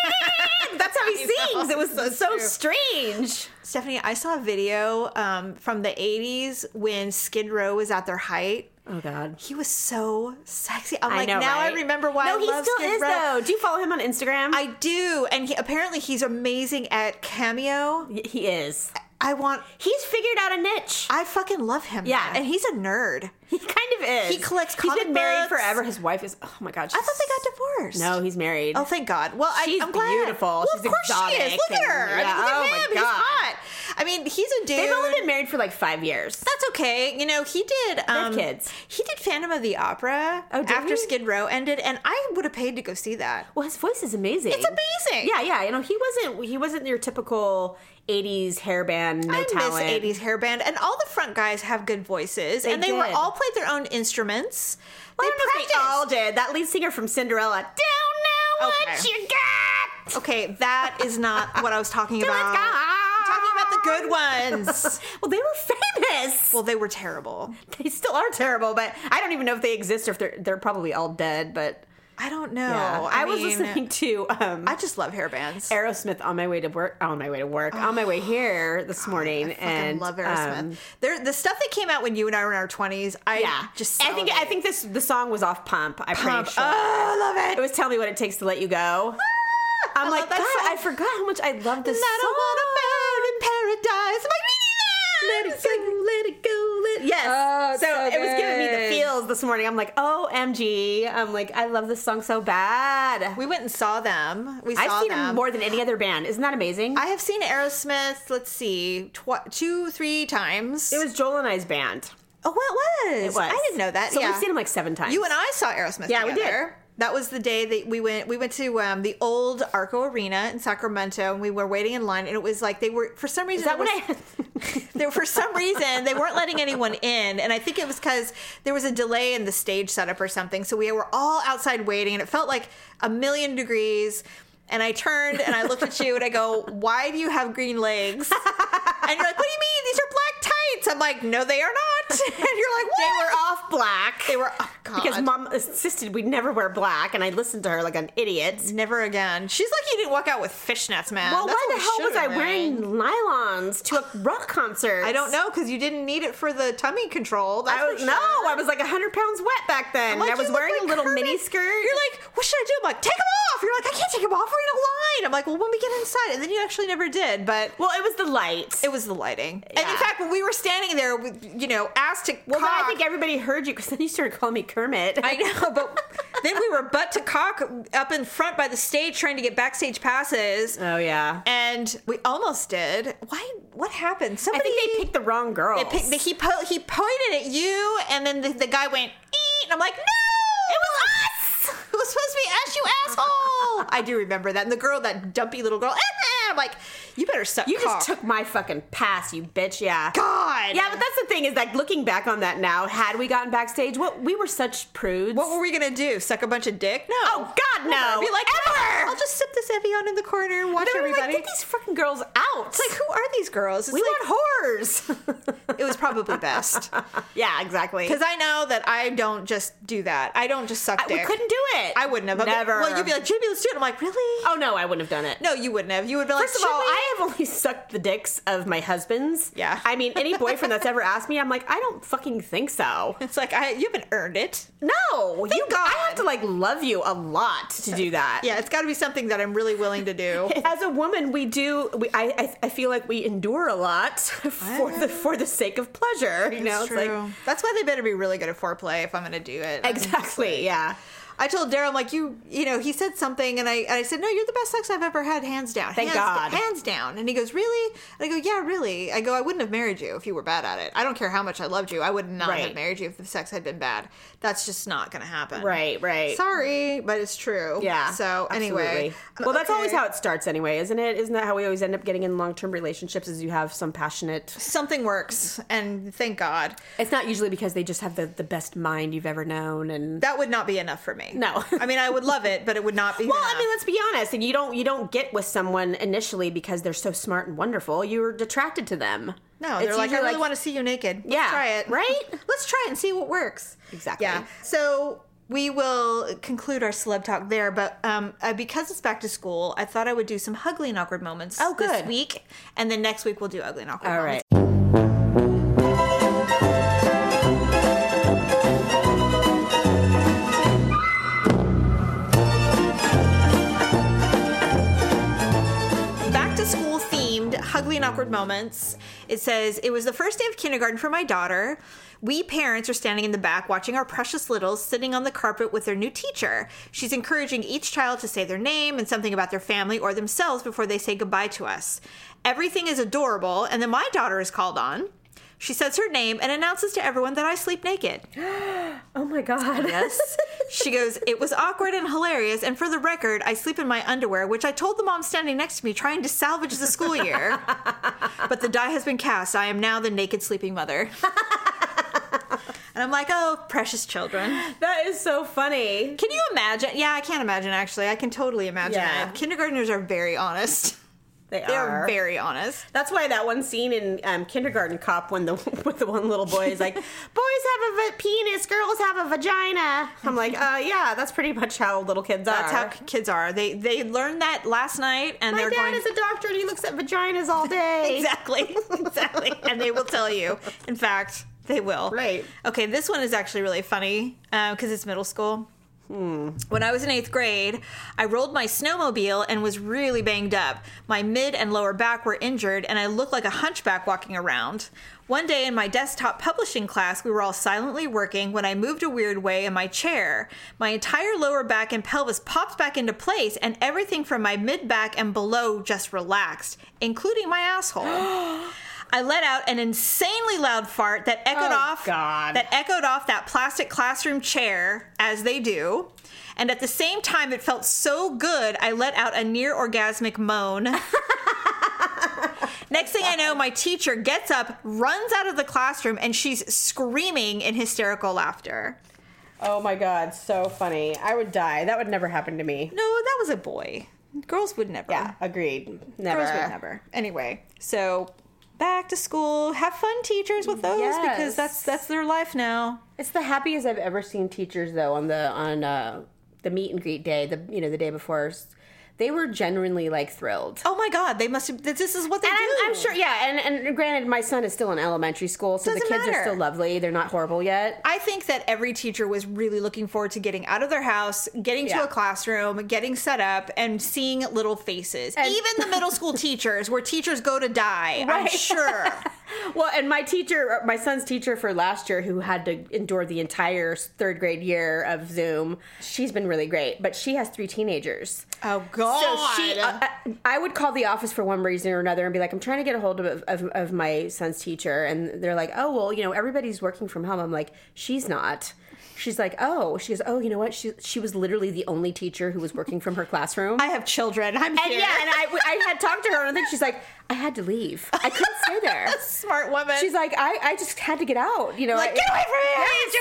Speaker 2: That's how he
Speaker 3: know,
Speaker 2: sings. It was so,
Speaker 3: so true.
Speaker 2: strange.
Speaker 3: Stephanie, I saw a video um, from the 80s when Skid Row was at their height.
Speaker 2: Oh God.
Speaker 3: He was so sexy. I'm
Speaker 2: I
Speaker 3: like,
Speaker 2: know,
Speaker 3: now
Speaker 2: right?
Speaker 3: I remember why
Speaker 2: No,
Speaker 3: I
Speaker 2: he
Speaker 3: love
Speaker 2: still
Speaker 3: Skid
Speaker 2: is
Speaker 3: Row.
Speaker 2: though. Do you follow him on Instagram?
Speaker 3: I do, and he, apparently he's amazing at cameo.
Speaker 2: he is.
Speaker 3: I want,
Speaker 2: He's figured out a niche.
Speaker 3: I fucking love him.
Speaker 2: Yeah.
Speaker 3: man. and he's a nerd.
Speaker 2: he kind of is.
Speaker 3: He collects
Speaker 2: He's
Speaker 3: comic
Speaker 2: been married
Speaker 3: books.
Speaker 2: forever. His wife is. Oh my God.
Speaker 3: I thought they got divorced.
Speaker 2: No, he's married.
Speaker 3: Oh, thank God. Well,
Speaker 2: She's
Speaker 3: I, I'm glad.
Speaker 2: beautiful.
Speaker 3: Well,
Speaker 2: She's
Speaker 3: of course she is.
Speaker 2: exotic
Speaker 3: Look at her.
Speaker 2: and-
Speaker 3: I mean, look at
Speaker 2: yeah. Oh, my
Speaker 3: him. He's
Speaker 2: God.
Speaker 3: hot. I mean, he's a dude.
Speaker 2: They've only been married for like five years.
Speaker 3: That's okay. You know, he did um,
Speaker 2: kids.
Speaker 3: He did Phantom of the Opera
Speaker 2: Oh, did
Speaker 3: after
Speaker 2: he?
Speaker 3: Skid Row ended, and I would have paid to go see that.
Speaker 2: Well, his voice is amazing.
Speaker 3: It's amazing.
Speaker 2: Yeah, yeah. You know, he wasn't. He wasn't your typical '80s hairband, no
Speaker 3: I
Speaker 2: talent.
Speaker 3: miss 80s hairband, and all the front guys have good voices, and they were
Speaker 2: did.
Speaker 3: all played their own instruments.
Speaker 2: Well, I don't know if
Speaker 3: practiced.
Speaker 2: they all did. That lead singer from Cinderella. Don't know what
Speaker 3: Okay.
Speaker 2: you got.
Speaker 3: Okay, that is not what I was talking
Speaker 2: Don't
Speaker 3: about. I'm talking about the good ones.
Speaker 2: Well, they were famous.
Speaker 3: well, they were terrible.
Speaker 2: They still are terrible, but I don't even know if they exist or if they're they're probably all dead. But
Speaker 3: I don't know.
Speaker 2: yeah.
Speaker 3: I,
Speaker 2: Oh, I, was
Speaker 3: mean,
Speaker 2: listening to um,
Speaker 3: I just love hairbands.
Speaker 2: Aerosmith on my way to work. On my way to work. on my way here this morning, and
Speaker 3: I love Aerosmith.
Speaker 2: um,
Speaker 3: there, the stuff that came out when you and I were in our twenties. I
Speaker 2: yeah,
Speaker 3: just
Speaker 2: I think I think this the song was off pump. uh. I
Speaker 3: Pump.
Speaker 2: pretty
Speaker 3: Oh,
Speaker 2: sure.
Speaker 3: I love it.
Speaker 2: It was tell me what it takes to let you go. I'm
Speaker 3: I
Speaker 2: like,
Speaker 3: love
Speaker 2: God,
Speaker 3: that song.
Speaker 2: I forgot how much I love this
Speaker 3: I
Speaker 2: song.
Speaker 3: don't wanna burn in paradise. I'm like,
Speaker 2: Let it go, let it go, let Yes.
Speaker 3: Oh, it's
Speaker 2: so
Speaker 3: so
Speaker 2: it was giving me the
Speaker 3: good.
Speaker 2: feels this morning. I'm like, OMG. I'm like, I love this song so bad.
Speaker 3: we went and saw them. We saw
Speaker 2: I've seen
Speaker 3: them.
Speaker 2: them more than any other band. Isn't that amazing?
Speaker 3: I have seen Aerosmith. Let's see, tw- two, three times.
Speaker 2: it was Joel and I's band.
Speaker 3: Oh, what was?
Speaker 2: It was.
Speaker 3: I didn't know that.
Speaker 2: So
Speaker 3: yeah.
Speaker 2: we've seen them like seven times.
Speaker 3: You and I saw Aerosmith.
Speaker 2: Yeah, we
Speaker 3: together. That was the day that we went. We went to um, the old Arco Arena in Sacramento, and we were waiting in line. And it was like they were for some reason.
Speaker 2: Is that
Speaker 3: there
Speaker 2: when
Speaker 3: was-
Speaker 2: I?
Speaker 3: they were- for some reason they weren't letting anyone in and i think it was because there was a delay in the stage setup or something so we were all outside waiting and it felt like a million degrees and i turned and i looked at you and i go why do you have green legs and you're like what do you mean these are black tights i'm like no they are not and you're like what
Speaker 2: They were off black.
Speaker 3: they were oh god
Speaker 2: because mom insisted we never wear black, and I listened to her like an idiot.
Speaker 3: never again she's like you didn't walk out with fishnets man
Speaker 2: Well,
Speaker 3: That's
Speaker 2: why
Speaker 3: what
Speaker 2: the
Speaker 3: we
Speaker 2: hell
Speaker 3: should've
Speaker 2: was I
Speaker 3: been
Speaker 2: wearing nylons to a rock concert?
Speaker 3: I don't know because you didn't need it for the tummy control. That's
Speaker 2: I was
Speaker 3: for
Speaker 2: no,
Speaker 3: sure.
Speaker 2: I was like hundred pounds wet back then.
Speaker 3: I'm like,
Speaker 2: I was
Speaker 3: "You look
Speaker 2: wearing
Speaker 3: like
Speaker 2: a little
Speaker 3: Kermit."
Speaker 2: mini skirt.
Speaker 3: You're like, what should I do? I'm like, take them off. You're like, I can't take them off. We're in a mean? I'm like, well, when we get inside, and then you actually never did. But
Speaker 2: Well, it was the lights.
Speaker 3: it was the lighting. And in
Speaker 2: Yeah.
Speaker 3: fact, when we were standing there, with, you know, asked to
Speaker 2: well, then
Speaker 3: cock,
Speaker 2: I think everybody heard you because then you started calling me Kermit.
Speaker 3: I know, but then we were butt to cock up in front by the stage trying to get backstage passes.
Speaker 2: oh yeah.
Speaker 3: And we almost did. Why? What happened?
Speaker 2: I
Speaker 3: Somebody
Speaker 2: think they picked the wrong girl.
Speaker 3: they picked- he po- he pointed at you, and then the, the guy went eat, and I'm like, no, it was us. It was supposed to be us, you asshole. I do remember that. And the girl, that dumpy little girl, "Eh, eh," I'm like, you better suck.
Speaker 2: You
Speaker 3: cock."
Speaker 2: just took my fucking pass, you bitch. Yeah.
Speaker 3: God.
Speaker 2: Yeah, but that's the thing is like looking back on that now, had we gotten backstage, what we were such prudes.
Speaker 3: What were we gonna do? Suck a bunch of dick? No.
Speaker 2: Oh, God, no.
Speaker 3: Never. Be like,
Speaker 2: Ever.
Speaker 3: I'll just sip this Evian in the corner and watch
Speaker 2: They were like,
Speaker 3: everybody.
Speaker 2: get these fucking girls out.
Speaker 3: it's like, who are these girls? It's
Speaker 2: we
Speaker 3: like,
Speaker 2: want whores.
Speaker 3: it was probably best
Speaker 2: yeah, exactly.
Speaker 3: because I know that I don't just do that. I don't just suck
Speaker 2: I-
Speaker 3: dick.
Speaker 2: we couldn't do it.
Speaker 3: I wouldn't have. I'd be-
Speaker 2: Never.
Speaker 3: Well, you'd be like, JB, let's do it. I'm like, really?
Speaker 2: oh no, I wouldn't have done it.
Speaker 3: No, you wouldn't have. You would be like,
Speaker 2: First of
Speaker 3: "Should
Speaker 2: all,
Speaker 3: we?"
Speaker 2: I have only sucked the dicks of my husbands.
Speaker 3: Yeah.
Speaker 2: I mean, any boyfriend that's ever asked me, I'm like, I don't fucking think so.
Speaker 3: It's like I you haven't earned it.
Speaker 2: No, you.
Speaker 3: God.
Speaker 2: I have to like love you a lot to do that.
Speaker 3: Yeah, it's got to be something that I'm really willing to do.
Speaker 2: As a woman, we do. We, I, I I feel like we endure a lot for the for the sake of pleasure. You know,
Speaker 3: That's
Speaker 2: like
Speaker 3: that's why they better be really good at foreplay if I'm going to do it. I'm just
Speaker 2: exactly.
Speaker 3: like-
Speaker 2: yeah.
Speaker 3: I told Daryl, I'm like, you, you know, he said something, and I, and I said, no, you're the best sex I've ever had, hands down.
Speaker 2: Thank
Speaker 3: hands,
Speaker 2: God.
Speaker 3: hands down. And he goes, really? And I go, yeah, really. I go, I wouldn't have married you if you were bad at it. I don't care how much I loved you, I would not have
Speaker 2: Right.
Speaker 3: married you if the sex had been bad. That's just not going to happen.
Speaker 2: Right, right.
Speaker 3: Sorry, but it's true.
Speaker 2: Yeah.
Speaker 3: So anyway,
Speaker 2: absolutely. well, that's always
Speaker 3: Okay.
Speaker 2: how it starts, anyway, isn't it? Isn't that how we always end up getting in long term relationships? Is you have some passionate.
Speaker 3: something works, and thank God.
Speaker 2: It's not usually because they just have the, the best mind you've ever known, and
Speaker 3: That would not be enough for me.
Speaker 2: No.
Speaker 3: I mean, I would love it, but it would not be.
Speaker 2: well,
Speaker 3: enough.
Speaker 2: I mean, let's be honest. And you don't you don't get with someone initially because they're so smart and wonderful. You're attracted to them.
Speaker 3: No, they're like, I
Speaker 2: usually
Speaker 3: really want to see you naked. Let's
Speaker 2: Yeah,
Speaker 3: try it.
Speaker 2: right?
Speaker 3: Let's try it and see what works.
Speaker 2: Exactly.
Speaker 3: Yeah. So we will conclude our celeb talk there, but um, uh, because it's back to school, I thought I would do some ugly and awkward moments
Speaker 2: Oh,
Speaker 3: this
Speaker 2: good.
Speaker 3: week, and then next week we'll do ugly and awkward.
Speaker 2: All
Speaker 3: moments.
Speaker 2: right.
Speaker 3: back to school themed ugly and awkward moments it says it was the first day of kindergarten for my daughter we parents are standing in the back watching our precious littles sitting on the carpet with their new teacher she's encouraging each child to say their name and something about their family or themselves before they say goodbye to us everything is adorable and then my daughter is called on she says her name and announces to everyone that I sleep naked.
Speaker 2: Oh my god.
Speaker 3: Yes. she goes, It was awkward and hilarious. And for the record, I sleep in my underwear, which I told the mom standing next to me trying to salvage the school year. but the die has been cast. I am now the naked sleeping mother. and I'm like, Oh, precious children.
Speaker 2: That is so funny.
Speaker 3: Can you imagine? Yeah, I can't imagine, actually. I can totally imagine
Speaker 2: Yeah.
Speaker 3: it. Kindergartners are very honest.
Speaker 2: They
Speaker 3: They're
Speaker 2: are.
Speaker 3: very honest.
Speaker 2: That's why that one scene in um, Kindergarten Cop when the with the one little boy is like, "Boys have a va- penis, girls have a vagina." I'm like, "Uh, yeah, that's pretty much how little kids
Speaker 3: That's
Speaker 2: are."
Speaker 3: how k- kids are. They they learned that last night, and
Speaker 2: My
Speaker 3: they're
Speaker 2: dad
Speaker 3: going.
Speaker 2: is a doctor and he looks at vaginas all day.
Speaker 3: exactly exactly and they will tell you in fact they will
Speaker 2: Right.
Speaker 3: okay this one is actually really funny because it's middle school when I was in eighth grade, I rolled my snowmobile and was really banged up. My mid and lower back were injured, and I looked like a hunchback walking around. One day in my desktop publishing class, we were all silently working when I moved a weird way in my chair. My entire lower back and pelvis popped back into place, and everything from my mid back and below just relaxed, including my asshole. I let out an insanely loud fart that echoed
Speaker 2: Oh,
Speaker 3: off
Speaker 2: God.
Speaker 3: that echoed off that plastic classroom chair as they do. And at the same time, it felt so good, I let out a near orgasmic moan. Next thing I know, my teacher gets up, runs out of the classroom, and she's screaming in hysterical laughter.
Speaker 2: Oh my god, so funny. I would die. That would never happen to me.
Speaker 3: No, that was a boy. Girls would never.
Speaker 2: Yeah, agreed. Never.
Speaker 3: Girls would never. Anyway, so back to school. Have fun, teachers, with those because
Speaker 2: Yes.
Speaker 3: that's that's their life now.
Speaker 2: It's the happiest I've ever seen teachers though on the on uh, the meet and greet day, the you know the day before. s- they were genuinely like thrilled.
Speaker 3: Oh my God, they must have. This is what they
Speaker 2: And
Speaker 3: do.
Speaker 2: I'm, I'm sure, yeah. And, and granted, my son is still in elementary school, so the
Speaker 3: Doesn't
Speaker 2: kids
Speaker 3: matter.
Speaker 2: are still lovely. They're not horrible yet.
Speaker 3: I think that every teacher was really looking forward to getting out of their house, getting to
Speaker 2: Yeah.
Speaker 3: a classroom, getting set up, and seeing little faces.
Speaker 2: And-
Speaker 3: Even the middle school teachers, where teachers go to die, I'm
Speaker 2: Right.
Speaker 3: sure.
Speaker 2: Well, and my teacher, my son's teacher for last year, who had to endure the entire third grade year of Zoom, she's been really great, but she has three teenagers.
Speaker 3: oh God.
Speaker 2: So she, uh, I, I would call the office for one reason or another and be like, I'm trying to get a hold of, of, of my son's teacher. And they're like, oh, well, you know, everybody's working from home. I'm like, she's not. She's like, oh, she goes, oh, you know what? She, she was literally the only teacher who was working from her classroom.
Speaker 3: I have children. I'm
Speaker 2: and
Speaker 3: here.
Speaker 2: yeah, and I, I had talked to her and I think she's like, I had to leave. I couldn't stay there.
Speaker 3: Smart woman.
Speaker 2: She's like, I, I just had to get out. You know,
Speaker 3: like,
Speaker 2: I-
Speaker 3: get away from me! I hate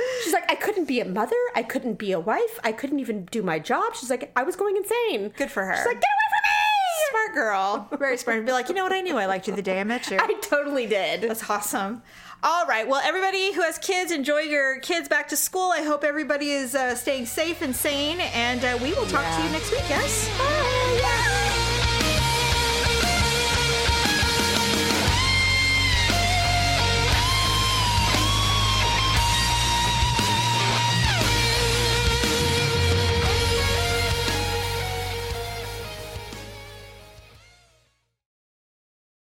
Speaker 3: you all.
Speaker 2: She's like, I couldn't be a mother. I couldn't be a wife. I couldn't even do my job. She's like, I was going insane.
Speaker 3: Good for her.
Speaker 2: She's like, get away
Speaker 3: Smart girl. Very smart. Be like, you know what? I knew I liked you the day I met you.
Speaker 2: from me! I totally did.
Speaker 3: That's awesome. All right. Well, everybody who has kids, enjoy your kids back to school. I hope everybody is uh, staying safe and sane. And uh, we will talk to
Speaker 2: Yeah.
Speaker 3: you next week. Yes. Bye.